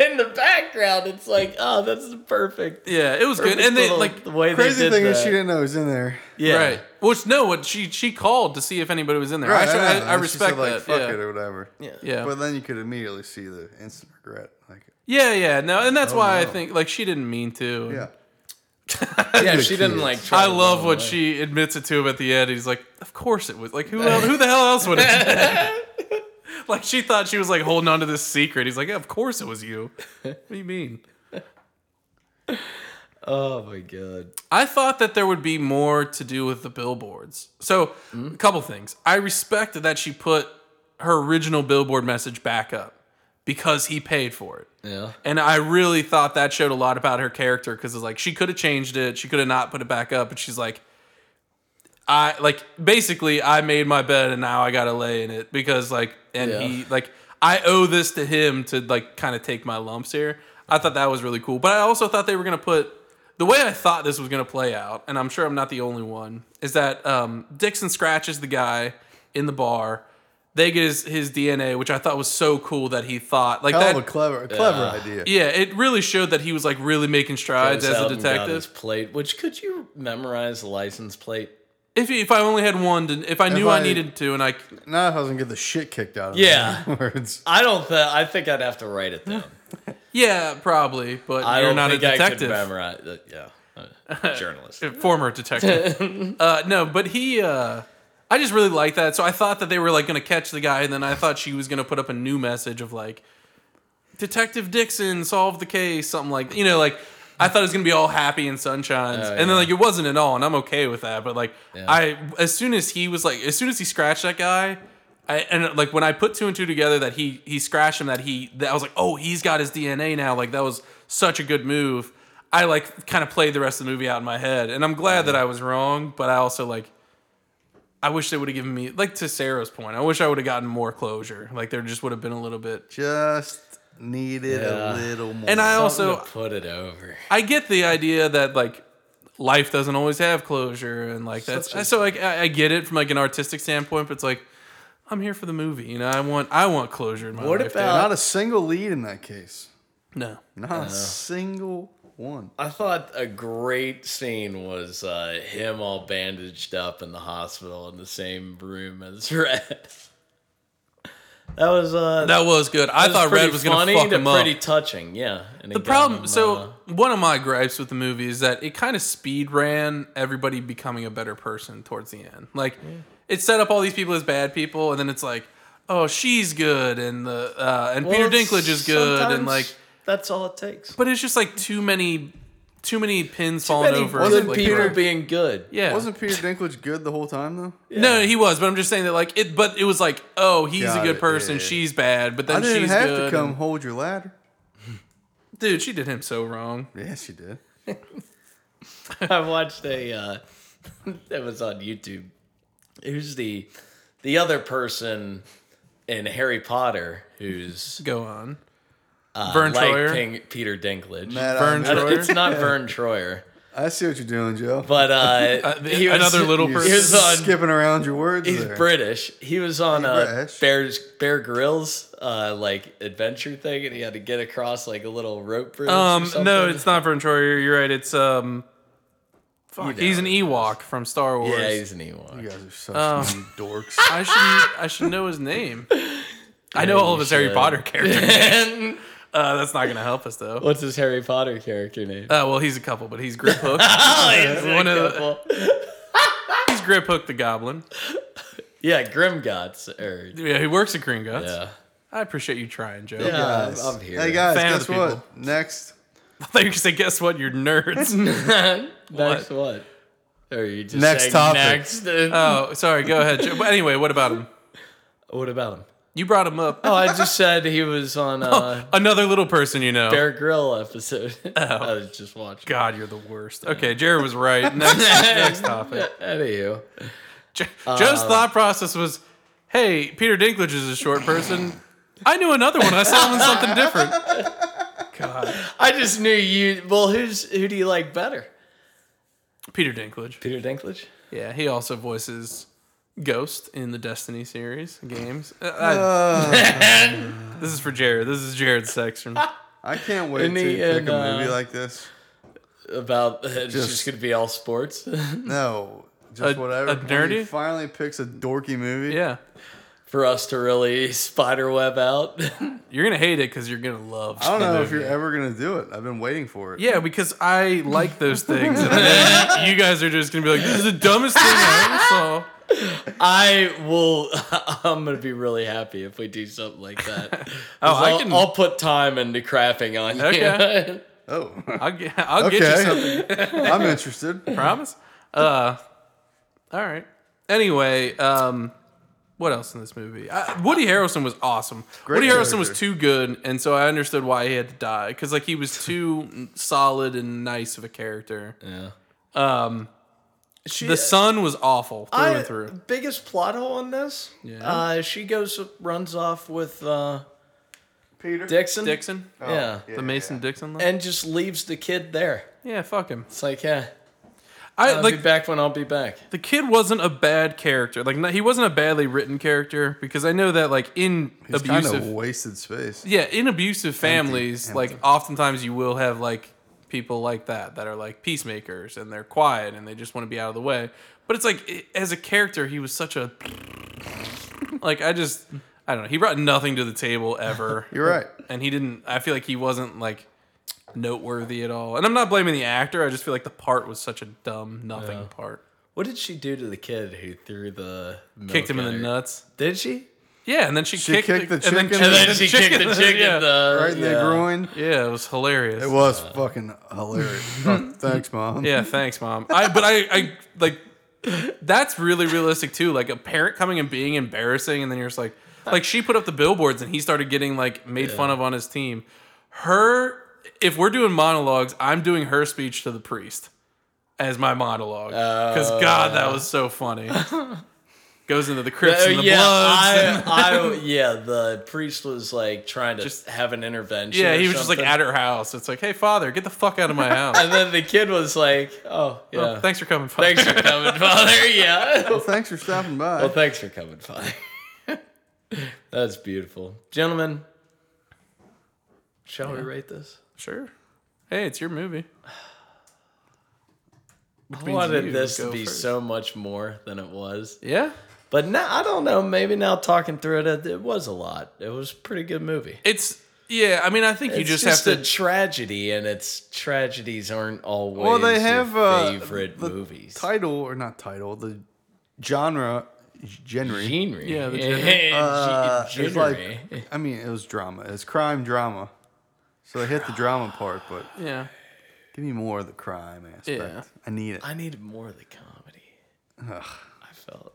[SPEAKER 2] in the background. It's like, oh, that's the perfect.
[SPEAKER 1] Yeah, it was good.
[SPEAKER 2] perfect
[SPEAKER 1] And they
[SPEAKER 2] little-
[SPEAKER 1] like
[SPEAKER 2] the way
[SPEAKER 3] Crazy
[SPEAKER 2] they did
[SPEAKER 3] thing is
[SPEAKER 2] that.
[SPEAKER 3] she didn't know he was in there.
[SPEAKER 2] Yeah.
[SPEAKER 1] Right. Which no, what she she called to see if anybody was in there. I, should- I, I
[SPEAKER 3] know. She said,
[SPEAKER 1] respect
[SPEAKER 3] like,
[SPEAKER 1] that.
[SPEAKER 3] Fuck
[SPEAKER 1] yeah.
[SPEAKER 3] it or whatever.
[SPEAKER 1] yeah.
[SPEAKER 3] But then you could immediately see the instant regret. Like
[SPEAKER 1] yeah, yeah. No, and that's why I
[SPEAKER 3] Oh, no.
[SPEAKER 1] think like she didn't mean to.
[SPEAKER 3] yeah.
[SPEAKER 2] Yeah,
[SPEAKER 3] Good
[SPEAKER 2] she didn't
[SPEAKER 3] kids.
[SPEAKER 2] like. try
[SPEAKER 1] I
[SPEAKER 2] to
[SPEAKER 1] love
[SPEAKER 2] run
[SPEAKER 1] what
[SPEAKER 2] away.
[SPEAKER 1] she admits it to him at the end. He's like, "Of course it was." Like, who else, who the hell else would? Have like she thought she was like holding on to this secret. He's like, yeah, of course it was you. What do you mean?
[SPEAKER 2] Oh my god.
[SPEAKER 1] I thought that there would be more to do with the billboards. So, a couple things. I respect that she put her original billboard message back up because he paid for it.
[SPEAKER 2] Yeah.
[SPEAKER 1] And I really thought that showed a lot about her character because it's like she could have changed it, she could have not put it back up, but she's like, I like basically I made my bed and now I gotta lay in it because like and
[SPEAKER 2] Yeah.
[SPEAKER 1] he like I owe this to him to like kind of take my lumps here. I thought that was really cool, but I also thought they were gonna put the way I thought this was gonna play out, and I'm sure I'm not the only one. Is that um, Dixon scratches the guy in the bar? They get his, his DNA, which I thought was so cool that he thought like
[SPEAKER 3] Hell
[SPEAKER 1] that
[SPEAKER 3] of a clever, clever idea.
[SPEAKER 1] yeah, it really showed that he was like really making strides
[SPEAKER 2] Goes
[SPEAKER 1] as a
[SPEAKER 2] out and got his
[SPEAKER 1] detective.
[SPEAKER 2] plate, which could you memorize the license plate?
[SPEAKER 1] If if I only had one, to, if I knew I,
[SPEAKER 3] I-
[SPEAKER 1] needed to, and I
[SPEAKER 3] Now if I was gonna get the shit kicked out of
[SPEAKER 2] Yeah.
[SPEAKER 3] me afterwards.
[SPEAKER 2] I don't. Th- I think I'd have to write it down.
[SPEAKER 1] yeah, probably, but
[SPEAKER 2] I
[SPEAKER 1] you're
[SPEAKER 2] don't
[SPEAKER 1] not
[SPEAKER 2] think
[SPEAKER 1] a
[SPEAKER 2] I could
[SPEAKER 1] detective,
[SPEAKER 2] memorize. It. Yeah, Uh, journalist.
[SPEAKER 1] former detective. uh, no, but he, uh, I just really like that. So I thought that they were like going to catch the guy, and then I thought she was going to put up a new message of like, Detective Dixon solved the case, something like you know, like I thought it was gonna be all happy and sunshine,
[SPEAKER 2] Oh,
[SPEAKER 1] and then
[SPEAKER 2] yeah.
[SPEAKER 1] like it wasn't at all, and I'm okay with that. But like
[SPEAKER 2] Yeah.
[SPEAKER 1] I, as soon as he was like, as soon as he scratched that guy, I and like when I put two and two together that he he scratched him, that he that I was like, oh, he's got his DNA now. Like that was such a good move. I like kind of played the rest of the movie out in my head, and I'm glad that I was wrong, but I also like. I wish they would have given me like to Sarah's point. I wish I would have gotten more closure. Like there just would have been a little bit
[SPEAKER 3] Just needed
[SPEAKER 2] Yeah.
[SPEAKER 3] a little more.
[SPEAKER 1] And I
[SPEAKER 2] Something
[SPEAKER 1] also
[SPEAKER 2] to put it over.
[SPEAKER 1] I get the idea that like life doesn't always have closure and like that's so like I, I get it from like an artistic standpoint, but it's like I'm here for the movie, you know. I want I want closure in my
[SPEAKER 2] What
[SPEAKER 1] life.
[SPEAKER 2] about-
[SPEAKER 3] not a single lead in that case.
[SPEAKER 1] dude. no?
[SPEAKER 3] Not a single one.
[SPEAKER 2] I thought a great scene was uh, him all bandaged up in the hospital in the same room as Red. that was uh,
[SPEAKER 1] That was good. I
[SPEAKER 2] that
[SPEAKER 1] thought
[SPEAKER 2] pretty
[SPEAKER 1] Red was gonna
[SPEAKER 2] funny
[SPEAKER 1] fuck
[SPEAKER 2] to
[SPEAKER 1] him up.
[SPEAKER 2] pretty touching. Yeah, and
[SPEAKER 1] The problem,
[SPEAKER 2] uh,
[SPEAKER 1] so one of my gripes with the movie is that it kind of speed ran everybody becoming a better person towards the end. Like, it set up all these people as bad people, and then it's like, oh, she's good, and the uh, and Peter Dinklage is good, and like,
[SPEAKER 2] that's all it takes.
[SPEAKER 1] but it's just like too many, too many pins falling
[SPEAKER 2] Many
[SPEAKER 1] over.
[SPEAKER 2] good
[SPEAKER 1] like,
[SPEAKER 2] people
[SPEAKER 1] right-
[SPEAKER 2] being good.
[SPEAKER 1] yeah.
[SPEAKER 3] Wasn't Peter Dinklage good the whole time though?
[SPEAKER 1] No, no, he was, but I'm just saying that like it. But it was like, oh, he's
[SPEAKER 3] Got
[SPEAKER 1] a good
[SPEAKER 3] it,
[SPEAKER 1] person.
[SPEAKER 3] yeah.
[SPEAKER 1] She's bad, but
[SPEAKER 3] I
[SPEAKER 1] then
[SPEAKER 3] didn't
[SPEAKER 1] she's
[SPEAKER 3] have
[SPEAKER 1] good.
[SPEAKER 3] to come
[SPEAKER 1] and-
[SPEAKER 3] hold your ladder.
[SPEAKER 1] dude, she did him so wrong.
[SPEAKER 3] Yes, you did.
[SPEAKER 2] I watched a uh that was on YouTube. Who's the the other person in Harry Potter who's
[SPEAKER 1] Go on,
[SPEAKER 2] uh,
[SPEAKER 1] Vern
[SPEAKER 2] like
[SPEAKER 1] Troyer?
[SPEAKER 2] King, Peter Dinklage?
[SPEAKER 3] Matt,
[SPEAKER 1] Vern
[SPEAKER 3] I,
[SPEAKER 2] I don't-
[SPEAKER 1] Troyer?
[SPEAKER 2] It's not Vern Troyer,
[SPEAKER 3] I see what you're doing, Joe.
[SPEAKER 2] but uh,
[SPEAKER 1] Uh, the-
[SPEAKER 2] he was-
[SPEAKER 1] another little
[SPEAKER 3] You're
[SPEAKER 1] person.
[SPEAKER 2] he was on-
[SPEAKER 3] skipping around your words
[SPEAKER 2] He's
[SPEAKER 3] there.
[SPEAKER 2] British. He was on uh,
[SPEAKER 3] British.
[SPEAKER 2] Bear's Bear Grylls uh, like adventure thing, and he had to get across like a little rope bridge. or
[SPEAKER 1] Um, no,
[SPEAKER 2] something.
[SPEAKER 1] it's not Vern Troyer. You're right. It's um, fuck,
[SPEAKER 2] You know
[SPEAKER 1] he's an
[SPEAKER 2] what it is.
[SPEAKER 1] Ewok from Star Wars.
[SPEAKER 2] yeah, he's an
[SPEAKER 3] you
[SPEAKER 2] Ewok.
[SPEAKER 3] guys are such
[SPEAKER 1] Um,
[SPEAKER 3] mean dorks.
[SPEAKER 1] I should I should know his name. I know all of
[SPEAKER 2] you
[SPEAKER 1] his Harry
[SPEAKER 2] should.
[SPEAKER 1] Potter characters.
[SPEAKER 2] And
[SPEAKER 1] Uh, that's not gonna help us though. Uh,
[SPEAKER 2] what's his Harry Potter character name?
[SPEAKER 1] well, he's a couple, but he's Grip Hook. One of the- he's Grip Hook the Goblin.
[SPEAKER 2] Yeah, Grimgots. Or,
[SPEAKER 1] Yeah, he works at Green Guts.
[SPEAKER 2] yeah.
[SPEAKER 1] I appreciate you trying, Joe.
[SPEAKER 2] Yeah.
[SPEAKER 3] guys.
[SPEAKER 2] I'm here.
[SPEAKER 3] Hey guys,
[SPEAKER 1] Fan of
[SPEAKER 3] guess
[SPEAKER 1] the
[SPEAKER 3] what? Next,
[SPEAKER 1] I thought you could say, guess what? You're nerds.
[SPEAKER 2] Next what? Or you just
[SPEAKER 3] Next
[SPEAKER 2] saying
[SPEAKER 3] topic.
[SPEAKER 2] Next. uh,
[SPEAKER 1] oh, sorry. Go ahead, Joe. But anyway, what about him?
[SPEAKER 2] what about him?
[SPEAKER 1] You brought him up.
[SPEAKER 2] Oh, I just said he was on uh,
[SPEAKER 1] Another little person you know.
[SPEAKER 2] Bear Grill episode.
[SPEAKER 1] Oh.
[SPEAKER 2] I was just watching.
[SPEAKER 1] God, you're the worst. Okay, Jared was right. Next, next topic.
[SPEAKER 2] Anywho,
[SPEAKER 1] Jo-
[SPEAKER 3] Uh.
[SPEAKER 1] Joe's thought process was, "Hey, Peter Dinklage is a short person. I knew another one. I saw him in something different." God,
[SPEAKER 2] I just knew you. Well, who's who do you like better?
[SPEAKER 1] Peter Dinklage.
[SPEAKER 2] Peter Dinklage.
[SPEAKER 1] Yeah, he also voices Ghost in the Destiny series games. Uh, I-
[SPEAKER 3] uh,
[SPEAKER 1] this is for Jared. This is Jared's section.
[SPEAKER 3] I can't wait
[SPEAKER 2] In
[SPEAKER 3] to
[SPEAKER 2] the
[SPEAKER 3] pick
[SPEAKER 2] end,
[SPEAKER 3] a movie
[SPEAKER 2] uh,
[SPEAKER 3] like this.
[SPEAKER 2] About it's just, gonna be all sports.
[SPEAKER 3] No, just
[SPEAKER 1] a-
[SPEAKER 3] whatever.
[SPEAKER 1] a
[SPEAKER 3] When he
[SPEAKER 1] nerdy?
[SPEAKER 3] finally picks a dorky movie.
[SPEAKER 1] Yeah,
[SPEAKER 2] for us to really spiderweb out.
[SPEAKER 1] You're gonna hate it because you're gonna love.
[SPEAKER 3] I don't
[SPEAKER 1] the
[SPEAKER 3] know if
[SPEAKER 1] movie.
[SPEAKER 3] you're ever gonna do it. I've been waiting for it.
[SPEAKER 1] Yeah, because I like those things, and then you guys are just gonna be like, "This is the dumbest thing I ever saw."
[SPEAKER 2] I will. I'm gonna be really happy if we do something like that.
[SPEAKER 1] Oh, I
[SPEAKER 2] I'll,
[SPEAKER 1] can-
[SPEAKER 2] I'll put time into crafting on
[SPEAKER 1] Okay.
[SPEAKER 2] you.
[SPEAKER 3] Oh,
[SPEAKER 1] I'll get, I'll get you something.
[SPEAKER 3] okay. I'm interested.
[SPEAKER 1] Promise. Uh, all right. Anyway, um, what else in this movie? Uh, Woody Harrelson was awesome. Woody Harrelson was
[SPEAKER 3] character.
[SPEAKER 1] too good, and so I understood why he had to die because like he was too solid and nice of a character.
[SPEAKER 2] yeah.
[SPEAKER 1] Um,
[SPEAKER 2] She,
[SPEAKER 1] the son was awful through
[SPEAKER 2] I-
[SPEAKER 1] and through.
[SPEAKER 2] Biggest plot hole in this.
[SPEAKER 1] Yeah.
[SPEAKER 2] Uh, she goes runs off with uh,
[SPEAKER 3] Peter
[SPEAKER 2] Dixon.
[SPEAKER 1] Dixon, Oh,
[SPEAKER 2] yeah. Eh.
[SPEAKER 1] the Mason Dixon. Line?
[SPEAKER 2] And just leaves the kid there.
[SPEAKER 1] Yeah, fuck him.
[SPEAKER 2] It's like, yeah,
[SPEAKER 1] I
[SPEAKER 2] I'll
[SPEAKER 1] like
[SPEAKER 2] be back when I'll be back.
[SPEAKER 1] the kid wasn't a bad character. Like no- he wasn't a badly written character because I know that like in
[SPEAKER 3] It's kind
[SPEAKER 1] abusive
[SPEAKER 3] of wasted space.
[SPEAKER 1] yeah in abusive families
[SPEAKER 3] empty.
[SPEAKER 1] like oftentimes you will have like people like that that are like peacemakers and they're quiet and they just want to be out of the way but it's like i as a character he was such a like i just i don't know he brought nothing to the table ever
[SPEAKER 3] You're right.
[SPEAKER 1] and he didn't i feel like he wasn't like noteworthy at all and i'm not blaming the actor i just feel like the part was such a dumb nothing part
[SPEAKER 2] What did she do to the kid who threw the milk
[SPEAKER 1] kicked him in
[SPEAKER 2] at
[SPEAKER 1] the
[SPEAKER 2] her?
[SPEAKER 1] nuts
[SPEAKER 2] Did she?
[SPEAKER 1] yeah and then she,
[SPEAKER 3] She
[SPEAKER 1] kicked,
[SPEAKER 3] kicked
[SPEAKER 1] the,
[SPEAKER 3] the
[SPEAKER 1] and then-
[SPEAKER 2] And
[SPEAKER 3] chicken. And
[SPEAKER 2] then
[SPEAKER 3] then
[SPEAKER 2] she kicked the chick
[SPEAKER 1] yeah.
[SPEAKER 2] in the
[SPEAKER 3] Right in the
[SPEAKER 2] yeah.
[SPEAKER 3] groin.
[SPEAKER 1] yeah it was hilarious
[SPEAKER 3] It was fucking hilarious. Oh, Thanks, mom.
[SPEAKER 1] Yeah, thanks, mom. I but I, I like that's really realistic too. Like a parent coming and being embarrassing, and then you're just like, like she put up the billboards, and he started getting like made fun of on his team. Her, if we're doing monologues, I'm doing her speech to the priest as my monologue because
[SPEAKER 2] Uh.
[SPEAKER 1] God, that was so funny. Goes into the crypts
[SPEAKER 2] Oh,
[SPEAKER 1] and the
[SPEAKER 2] yeah,
[SPEAKER 1] bloods.
[SPEAKER 2] I, I, yeah, the priest was like trying to just have an intervention.
[SPEAKER 1] yeah,
[SPEAKER 2] or
[SPEAKER 1] he was just like
[SPEAKER 2] something.
[SPEAKER 1] at her house. It's like, hey, father, get the fuck out of my house.
[SPEAKER 2] and then the kid was like, "Oh, yeah,
[SPEAKER 1] Oh,
[SPEAKER 2] thanks.
[SPEAKER 1] thanks for coming, father.
[SPEAKER 2] for coming, father." Yeah,
[SPEAKER 3] Well, thanks for stopping by.
[SPEAKER 2] well, thanks for coming, father. That's beautiful, gentlemen. Shall we rate this?
[SPEAKER 1] Sure. Hey, it's your movie.
[SPEAKER 2] I
[SPEAKER 1] means you
[SPEAKER 2] wanted this to
[SPEAKER 1] go
[SPEAKER 2] be
[SPEAKER 1] first.
[SPEAKER 2] so much more than it was,
[SPEAKER 1] Yeah.
[SPEAKER 2] but now I don't know. Maybe now talking through it, it, it was a lot. It was a pretty good movie.
[SPEAKER 1] It's yeah. I mean, I think you
[SPEAKER 2] It's
[SPEAKER 1] just,
[SPEAKER 2] just
[SPEAKER 1] have
[SPEAKER 2] a
[SPEAKER 1] to.
[SPEAKER 2] tragedy, and it's tragedies aren't always
[SPEAKER 3] Well, they
[SPEAKER 2] your
[SPEAKER 3] have, uh,
[SPEAKER 2] favorite
[SPEAKER 3] the
[SPEAKER 2] movies.
[SPEAKER 3] Title or not title? The genre, genre.
[SPEAKER 2] Genre.
[SPEAKER 1] Yeah, the genre.
[SPEAKER 2] Gen-
[SPEAKER 3] Uh, it's like,
[SPEAKER 2] genre.
[SPEAKER 3] I mean, it was drama. It's crime drama. So they hit the drama part, but
[SPEAKER 1] yeah.
[SPEAKER 3] give me more of the crime aspect.
[SPEAKER 1] Yeah.
[SPEAKER 3] I need it.
[SPEAKER 2] I needed more of the comedy. I felt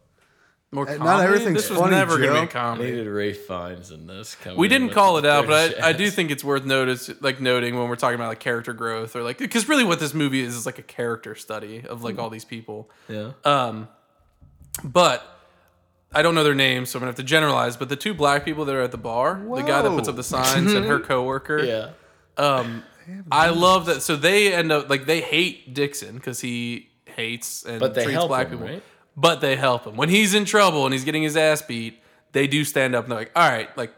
[SPEAKER 1] More
[SPEAKER 3] not
[SPEAKER 1] comedy.
[SPEAKER 3] everything's
[SPEAKER 1] this was
[SPEAKER 3] funny,
[SPEAKER 1] never gonna be a
[SPEAKER 3] Joe.
[SPEAKER 2] I
[SPEAKER 1] comedy.
[SPEAKER 2] needed Ray Fiennes in this. coming
[SPEAKER 1] We
[SPEAKER 2] in
[SPEAKER 1] didn't
[SPEAKER 2] with
[SPEAKER 1] call it
[SPEAKER 2] the
[SPEAKER 1] out, but
[SPEAKER 2] British
[SPEAKER 1] I, I do
[SPEAKER 2] accent.
[SPEAKER 1] think it's worth notice, like noting when we're talking about like character growth or like because really what this movie is is like a character study of like all these people.
[SPEAKER 2] Yeah.
[SPEAKER 1] Uh, But I don't know their names, so I'm gonna have to generalize. But the two black people that are at the bar, the guy that puts up the signs and her coworker,
[SPEAKER 2] yeah.
[SPEAKER 1] Um, I love that. So they end up like they hate Dixon because he hates and
[SPEAKER 2] But they
[SPEAKER 1] treats
[SPEAKER 2] help
[SPEAKER 1] black
[SPEAKER 2] him,
[SPEAKER 1] people.
[SPEAKER 2] right?
[SPEAKER 1] But they help him when he's in trouble and he's getting his ass beat. They do stand up and they're like, "All right, like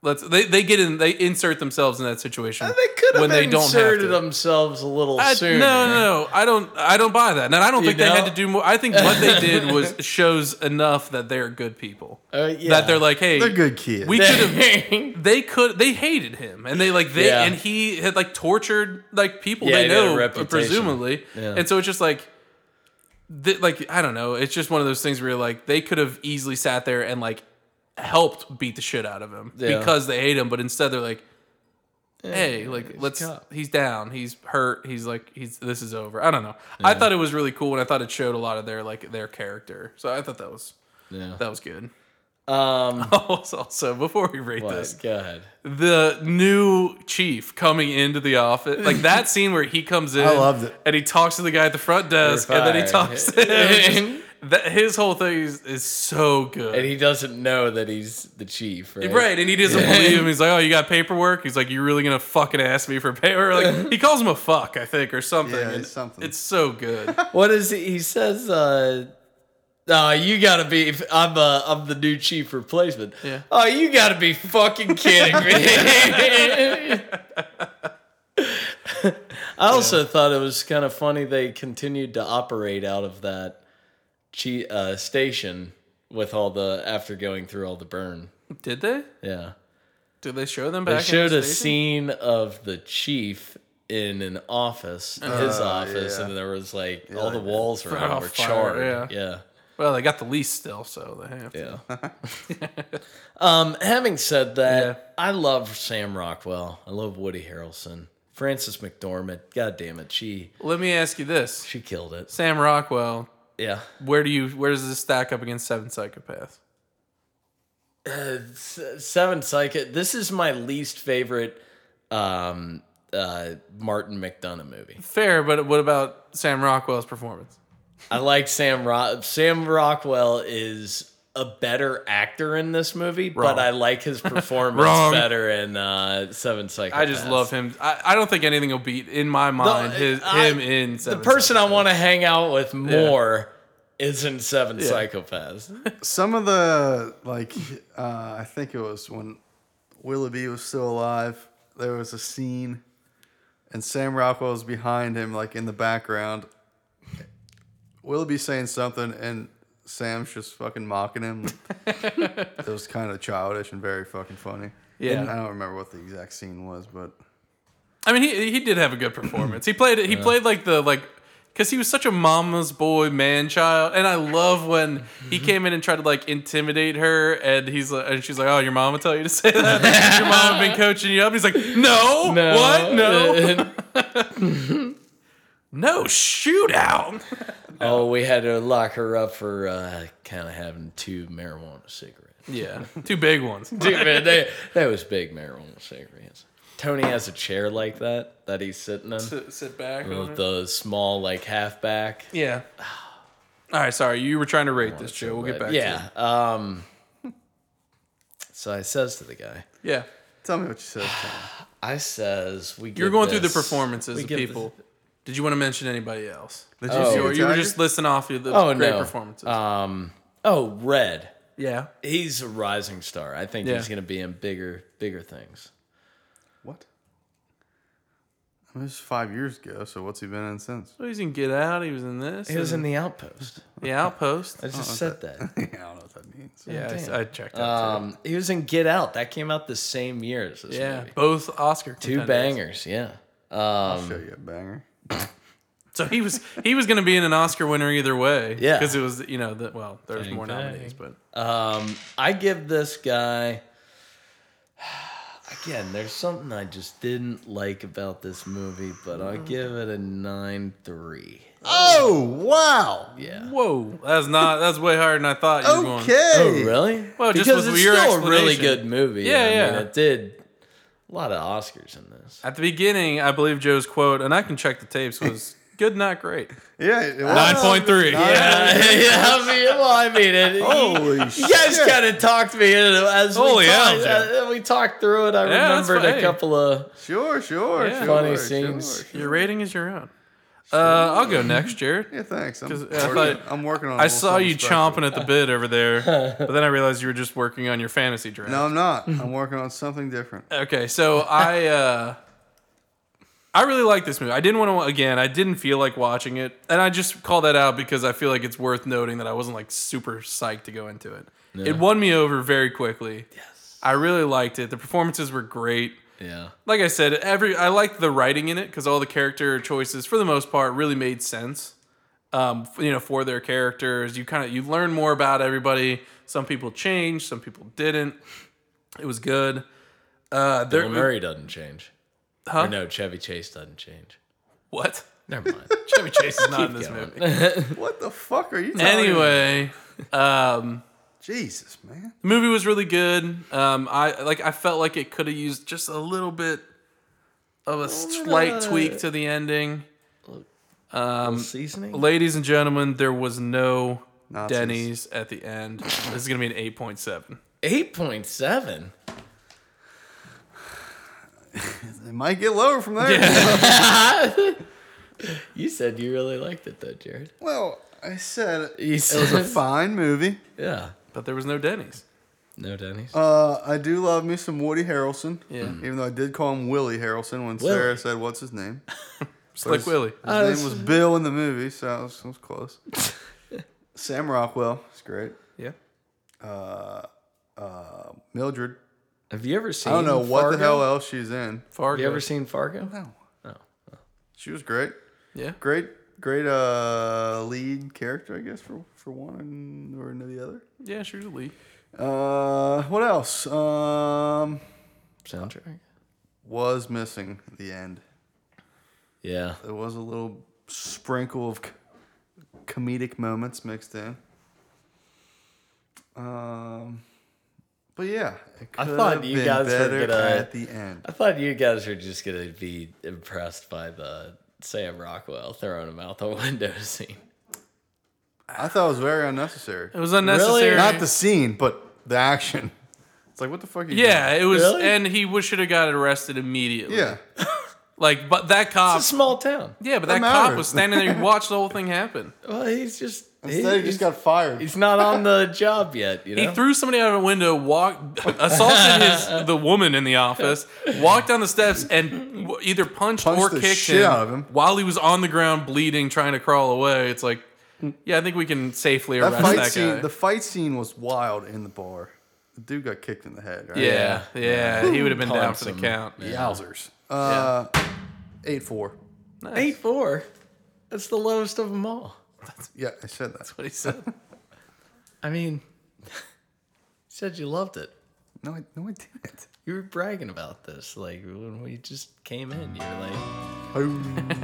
[SPEAKER 1] let's." They, they get in. They insert themselves in that situation
[SPEAKER 2] Uh, They could have
[SPEAKER 1] when they don't have
[SPEAKER 2] inserted
[SPEAKER 1] to.
[SPEAKER 2] themselves a little
[SPEAKER 1] I, no,
[SPEAKER 2] sooner.
[SPEAKER 1] no, no. I don't. I don't buy that. And I don't think they had
[SPEAKER 2] know?
[SPEAKER 1] to do more. I think what they did was shows enough that they're good people.
[SPEAKER 2] Uh, yeah.
[SPEAKER 1] That they're like, hey,
[SPEAKER 3] They're good kids.
[SPEAKER 1] We could have
[SPEAKER 2] yeah,
[SPEAKER 1] they could they hated him and they like they
[SPEAKER 2] Yeah.
[SPEAKER 1] and he had like tortured like people
[SPEAKER 2] Yeah,
[SPEAKER 1] they
[SPEAKER 2] he had a
[SPEAKER 1] know
[SPEAKER 2] reputation.
[SPEAKER 1] presumably
[SPEAKER 2] Yeah.
[SPEAKER 1] and so it's just like th- like i don't know it's just one of those things where you're like they could have easily sat there and like helped beat the shit out of him
[SPEAKER 2] Yeah.
[SPEAKER 1] because they hate him but instead they're like hey like
[SPEAKER 2] he's
[SPEAKER 1] let's
[SPEAKER 2] cut.
[SPEAKER 1] he's down he's hurt he's like he's this is over i don't know i thought it was really cool and i thought it showed a lot of their like their character so i thought that was that was good
[SPEAKER 2] Um,
[SPEAKER 1] also before we rate
[SPEAKER 2] but,
[SPEAKER 1] this
[SPEAKER 2] go ahead.
[SPEAKER 1] the new chief coming into the office, like that scene where he comes in,
[SPEAKER 3] loved it.
[SPEAKER 1] and he talks to the guy at the front desk, and then he
[SPEAKER 2] fired.
[SPEAKER 1] talks to him. Just- that, his whole thing is, is so good,
[SPEAKER 2] And he doesn't know that he's the chief, right?
[SPEAKER 1] right? And he doesn't believe him. He's like, "Oh, you got paperwork?" He's like, "You really gonna fucking ask me for paper?" Like he calls him a fuck, I think, or something.
[SPEAKER 3] Yeah,
[SPEAKER 1] And
[SPEAKER 3] it's something.
[SPEAKER 1] It's so good.
[SPEAKER 2] What is he? He says, uh, "Oh, you gotta be. if I'm uh, I'm the new chief replacement.
[SPEAKER 1] Yeah.
[SPEAKER 2] Oh, you gotta be fucking kidding me." I also thought it was kind of funny they continued to operate out of that chi- uh, station with all the after going through all the burn.
[SPEAKER 1] Did they?
[SPEAKER 2] Yeah.
[SPEAKER 1] Did they show them
[SPEAKER 2] They
[SPEAKER 1] back?
[SPEAKER 2] showed
[SPEAKER 1] in
[SPEAKER 2] a
[SPEAKER 1] the station?
[SPEAKER 2] scene of the chief in an office, his office,
[SPEAKER 3] yeah.
[SPEAKER 2] and there was like all the walls
[SPEAKER 1] Right
[SPEAKER 2] around
[SPEAKER 1] off
[SPEAKER 2] were
[SPEAKER 1] fire,
[SPEAKER 2] charred. Yeah.
[SPEAKER 1] Well, they got the lease still, so they have. To.
[SPEAKER 2] Yeah. um, having said that, I love Sam Rockwell. I love Woody Harrelson. Frances McDormand, god damn it, she
[SPEAKER 1] Let me ask you this:
[SPEAKER 2] she killed it.
[SPEAKER 1] Sam Rockwell,
[SPEAKER 2] Yeah.
[SPEAKER 1] where do you where does this stack up against Seven Psychopaths?
[SPEAKER 2] S- Seven Psychic. This is my least favorite um uh Martin McDonough movie.
[SPEAKER 1] Fair, but what about Sam Rockwell's performance?
[SPEAKER 2] I like Sam Rock. Sam Rockwell is a better actor in this movie,
[SPEAKER 1] Wrong.
[SPEAKER 2] but I like his performance
[SPEAKER 1] Wrong.
[SPEAKER 2] better in uh, Seven Psychopaths.
[SPEAKER 1] I just love him. I, I don't think anything will beat in my mind his
[SPEAKER 2] I-
[SPEAKER 1] him in
[SPEAKER 2] The
[SPEAKER 1] Seven
[SPEAKER 2] person I want to hang out with more is in Seven Psychopaths.
[SPEAKER 3] Some of the like, uh, I think it was when Willoughby was still alive. There was a scene, and Sam Rockwell was behind him, like in the background. Willoughby's saying something, and Sam's just fucking mocking him. it was kind of childish and very fucking funny.
[SPEAKER 1] Yeah.
[SPEAKER 3] And I don't remember what the exact scene was, but
[SPEAKER 1] I mean, he he did have a good performance. He played he played like the like because he was such a mama's boy man child, and I love when he came in and tried to like intimidate her, and he's like, and she's like, "Oh, your mom will tell you to say that. your mom been coaching you up." He's like, "No, what? No, no shootout."
[SPEAKER 2] oh, we had to lock her up for uh, kind of having two marijuana cigarettes.
[SPEAKER 1] Yeah, two big ones.
[SPEAKER 2] Dude, man, they, that was big marijuana cigarettes. Tony has a chair like that that he's sitting in.
[SPEAKER 1] Sit, sit back. on
[SPEAKER 2] with
[SPEAKER 1] it.
[SPEAKER 2] the small like halfback.
[SPEAKER 1] Yeah. All right, sorry. You were trying to rate this, Joe. We'll get back to
[SPEAKER 2] yeah. Um, so I says to the guy,
[SPEAKER 1] you. Yeah.
[SPEAKER 3] tell me what you said. Tom.
[SPEAKER 2] I says we.
[SPEAKER 1] You're
[SPEAKER 2] give
[SPEAKER 1] going through the
[SPEAKER 2] this-
[SPEAKER 1] performances
[SPEAKER 2] we
[SPEAKER 1] of
[SPEAKER 2] give this-
[SPEAKER 1] people. Did you want to mention anybody else?
[SPEAKER 3] Did
[SPEAKER 2] Oh.
[SPEAKER 1] Or you were
[SPEAKER 3] Tiger?
[SPEAKER 1] just listing off the
[SPEAKER 2] Oh
[SPEAKER 1] great
[SPEAKER 2] no.
[SPEAKER 1] performances.
[SPEAKER 2] Um. Oh, Red.
[SPEAKER 1] yeah.
[SPEAKER 2] He's a rising star. I think
[SPEAKER 1] Yeah.
[SPEAKER 2] he's going to be in bigger, bigger things.
[SPEAKER 3] what? I mean, this is five years ago, so what's he been in since?
[SPEAKER 1] So he's in Get Out. He was in this.
[SPEAKER 2] He was in the Outpost.
[SPEAKER 1] The Outpost.
[SPEAKER 2] I just said that.
[SPEAKER 3] I don't know what that means.
[SPEAKER 1] yeah, I-
[SPEAKER 2] damn.
[SPEAKER 1] I, checked out.
[SPEAKER 2] Um, he was in Get Out. That came out the same year as this
[SPEAKER 1] yeah,
[SPEAKER 2] movie.
[SPEAKER 1] both Oscar
[SPEAKER 2] Two
[SPEAKER 1] contenders.
[SPEAKER 2] bangers. Yeah. Um,
[SPEAKER 3] Show you a banger.
[SPEAKER 1] So he was he was going to be in an Oscar winner either way.
[SPEAKER 2] Yeah.
[SPEAKER 1] because it was you know the, well there was
[SPEAKER 2] Bang,
[SPEAKER 1] more
[SPEAKER 2] bang.
[SPEAKER 1] nominees, but
[SPEAKER 2] Um, I give this guy. Again, there's something I just didn't like about this movie, but I'll give it a nine three.
[SPEAKER 3] Oh wow!
[SPEAKER 2] Yeah.
[SPEAKER 1] whoa, that's not that's way higher than I thought. You were going.
[SPEAKER 3] Okay.
[SPEAKER 2] Oh, really?
[SPEAKER 1] Well, just
[SPEAKER 2] because
[SPEAKER 1] with
[SPEAKER 2] it's
[SPEAKER 1] your
[SPEAKER 2] still a really
[SPEAKER 1] explanation.
[SPEAKER 2] good movie.
[SPEAKER 1] Yeah,
[SPEAKER 2] I mean,
[SPEAKER 1] yeah.
[SPEAKER 2] it did a lot of Oscars in this.
[SPEAKER 1] At the beginning, I believe Joe's quote, and I can check the tapes, was good, not great.
[SPEAKER 3] Yeah. It was.
[SPEAKER 1] Nine point three.
[SPEAKER 2] yeah, I mean, well, I mean, it,
[SPEAKER 3] Holy
[SPEAKER 2] you guys
[SPEAKER 3] shit.
[SPEAKER 2] kind of talked me in as we,
[SPEAKER 1] Holy hell,
[SPEAKER 2] talked,
[SPEAKER 1] Joe.
[SPEAKER 2] uh, we talked through it. I
[SPEAKER 1] Yeah, that's
[SPEAKER 2] remembered
[SPEAKER 1] fine.
[SPEAKER 2] a couple of
[SPEAKER 3] Sure, sure,
[SPEAKER 1] Yeah.
[SPEAKER 3] sure.
[SPEAKER 2] Funny
[SPEAKER 3] sure,
[SPEAKER 2] scenes.
[SPEAKER 3] sure.
[SPEAKER 1] Your rating is your own. Uh, I'll go next, Jared.
[SPEAKER 3] Yeah, thanks. I'm,
[SPEAKER 1] 'Cause I
[SPEAKER 3] working,
[SPEAKER 1] thought-
[SPEAKER 3] I'm working on. a
[SPEAKER 1] I
[SPEAKER 3] little
[SPEAKER 1] saw
[SPEAKER 3] something
[SPEAKER 1] you
[SPEAKER 3] special.
[SPEAKER 1] chomping at the bit over there, but then I realized you were just working on your fantasy draft.
[SPEAKER 3] No, I'm not. I'm working on something different.
[SPEAKER 1] Okay, so I uh, I really like this movie. I didn't want to again. I didn't feel like watching it, and I just call that out because I feel like it's worth noting that I wasn't like super psyched to go into it. It won me over very quickly. Yes, I really liked it. The performances were great.
[SPEAKER 2] yeah.
[SPEAKER 1] Like I said, every I liked the writing in it because all the character choices, for the most part, really made sense. Um, f- you know, for their characters, you kind of you learn more about everybody. Some people changed, some people didn't. It was good. Uh, there,
[SPEAKER 2] Bill Murray doesn't change.
[SPEAKER 1] Huh?
[SPEAKER 2] Or no, Chevy Chase doesn't change.
[SPEAKER 1] What?
[SPEAKER 2] Never mind.
[SPEAKER 1] Chevy Chase is not in this
[SPEAKER 2] going.
[SPEAKER 1] movie.
[SPEAKER 3] What the fuck are you? Talking about?
[SPEAKER 1] Anyway, um,
[SPEAKER 3] Jesus, man.
[SPEAKER 1] the movie was really good. Um, I like. I felt like it could have used just a little bit of a slight tweak to the ending.
[SPEAKER 2] seasoning.
[SPEAKER 1] Ladies and gentlemen, there was no
[SPEAKER 3] Nazis.
[SPEAKER 1] Denny's at the end. This is gonna be an eight point seven.
[SPEAKER 2] Eight point seven.
[SPEAKER 3] It might get lower from there.
[SPEAKER 2] You said you really liked it though, Jared.
[SPEAKER 3] Well, I said it
[SPEAKER 2] You said,
[SPEAKER 3] was a fine movie.
[SPEAKER 2] yeah.
[SPEAKER 1] But there was no Denny's.
[SPEAKER 2] No Denny's.
[SPEAKER 3] Uh, I do love me some Woody Harrelson.
[SPEAKER 1] Yeah.
[SPEAKER 3] Even though I did call him Willie Harrelson when
[SPEAKER 2] Willie.
[SPEAKER 3] Sarah said, "What's his name?"
[SPEAKER 1] Slick Willie.
[SPEAKER 3] His name was Bill in the movie, so I was, I was close. Sam Rockwell, it's great. Uh,
[SPEAKER 1] Yeah.
[SPEAKER 3] Mildred.
[SPEAKER 2] Have you ever seen?
[SPEAKER 3] I don't know what the
[SPEAKER 2] Fargo?
[SPEAKER 3] hell else she's in.
[SPEAKER 2] Have
[SPEAKER 1] Fargo.
[SPEAKER 2] you ever seen Fargo?
[SPEAKER 3] No. She was great.
[SPEAKER 1] yeah.
[SPEAKER 3] Great, great uh, lead character, I guess, for, for one and, or the other.
[SPEAKER 1] Yeah, sure, the lead.
[SPEAKER 3] Uh, what else? Um,
[SPEAKER 2] Soundtrack.
[SPEAKER 3] was missing at the end.
[SPEAKER 2] Yeah.
[SPEAKER 3] There was a little sprinkle of c- comedic moments mixed in. Um, but yeah, it
[SPEAKER 2] I
[SPEAKER 3] could
[SPEAKER 2] thought
[SPEAKER 3] have
[SPEAKER 2] you
[SPEAKER 3] been
[SPEAKER 2] guys were
[SPEAKER 3] better
[SPEAKER 2] gonna-
[SPEAKER 3] at the end.
[SPEAKER 2] I thought you guys were just gonna be impressed by the Sam Rockwell throwing him out the window scene.
[SPEAKER 3] I thought it was very unnecessary.
[SPEAKER 1] It was unnecessary.
[SPEAKER 3] Not the scene, but the action. It's like what the fuck? Are you
[SPEAKER 1] yeah, it was,
[SPEAKER 2] Really?
[SPEAKER 1] and he was, should have got arrested immediately.
[SPEAKER 3] doing? yeah.
[SPEAKER 1] like, but that cop.
[SPEAKER 2] It's a small town.
[SPEAKER 1] yeah, but
[SPEAKER 3] that
[SPEAKER 1] that cop
[SPEAKER 3] matters.
[SPEAKER 1] was standing there. He watched the whole thing happen.
[SPEAKER 2] Well, he's just he-
[SPEAKER 3] Instead, he
[SPEAKER 2] he's,
[SPEAKER 3] just got fired.
[SPEAKER 2] he's not on the job yet. You know.
[SPEAKER 1] He threw somebody out of a window, walked, assaulted his the woman in the office, walked down the steps, and w- either punched,
[SPEAKER 3] Punched
[SPEAKER 1] or
[SPEAKER 3] the
[SPEAKER 1] kicked
[SPEAKER 3] shit
[SPEAKER 1] him,
[SPEAKER 3] out of him.
[SPEAKER 1] while he was on the ground bleeding, trying to crawl away. It's like, yeah, I think we can safely
[SPEAKER 3] that
[SPEAKER 1] arrest
[SPEAKER 3] fight
[SPEAKER 1] that
[SPEAKER 3] scene.
[SPEAKER 1] guy.
[SPEAKER 3] The fight scene was wild in the bar. The dude got kicked in the head. Right?
[SPEAKER 1] yeah, yeah, he would have been down
[SPEAKER 2] Punch
[SPEAKER 1] for the
[SPEAKER 2] him.
[SPEAKER 1] count.
[SPEAKER 3] Yowzers. Uh, eight four.
[SPEAKER 1] Nice.
[SPEAKER 2] Eight four. That's the lowest of them all.
[SPEAKER 3] Yeah, I said that.
[SPEAKER 1] What he said.
[SPEAKER 2] I mean, you said you loved it.
[SPEAKER 3] No, I, no, I didn't.
[SPEAKER 2] You were bragging about this, like when we just came in. You were like,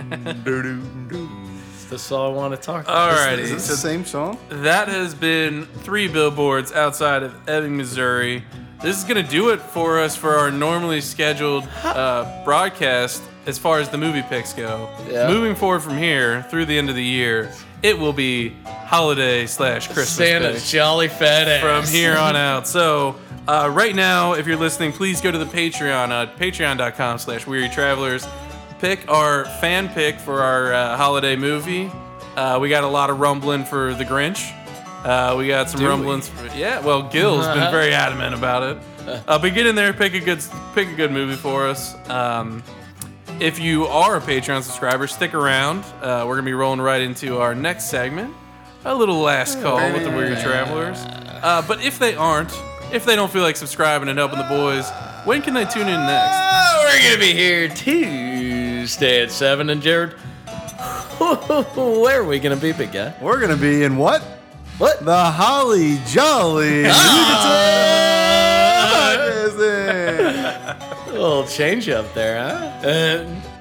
[SPEAKER 2] "It's "This all I want to talk." about.
[SPEAKER 1] Alrighty,
[SPEAKER 3] Is it
[SPEAKER 1] so
[SPEAKER 3] the same song?
[SPEAKER 1] that has been three billboards outside of Ebbing, Missouri. This is going to do it for us for our normally scheduled uh, broadcast as far as the movie picks go.
[SPEAKER 2] Yeah.
[SPEAKER 1] Moving forward from here through the end of the year, it will be holiday slash Christmas
[SPEAKER 2] Santa's
[SPEAKER 1] picks
[SPEAKER 2] jolly fat ass.
[SPEAKER 1] from here on out. So uh, right now, if you're listening, please go to the Patreon at patreon.com slash weary travelers. Pick our fan pick for our uh, holiday movie. Uh, we got a lot of rumbling for The Grinch. Uh, we got some rumblings. For, yeah, well, Gil's been very adamant about it. Uh, but get in there, pick a good pick a good movie for us. Um, if you are a Patreon subscriber, stick around. Uh, we're gonna be rolling right into our next segment, a little last call with the Weary Travelers. Uh, but if they aren't, if they don't feel like subscribing and helping the boys, when can they tune in next?
[SPEAKER 2] Oh, we're gonna be here Tuesday at seven, and Jared, where are we gonna be, big guy?
[SPEAKER 3] We're gonna be in what?
[SPEAKER 2] What?
[SPEAKER 3] The Holly Jolly
[SPEAKER 2] Ah!
[SPEAKER 3] Music Business.
[SPEAKER 2] little change up there, huh? Uh,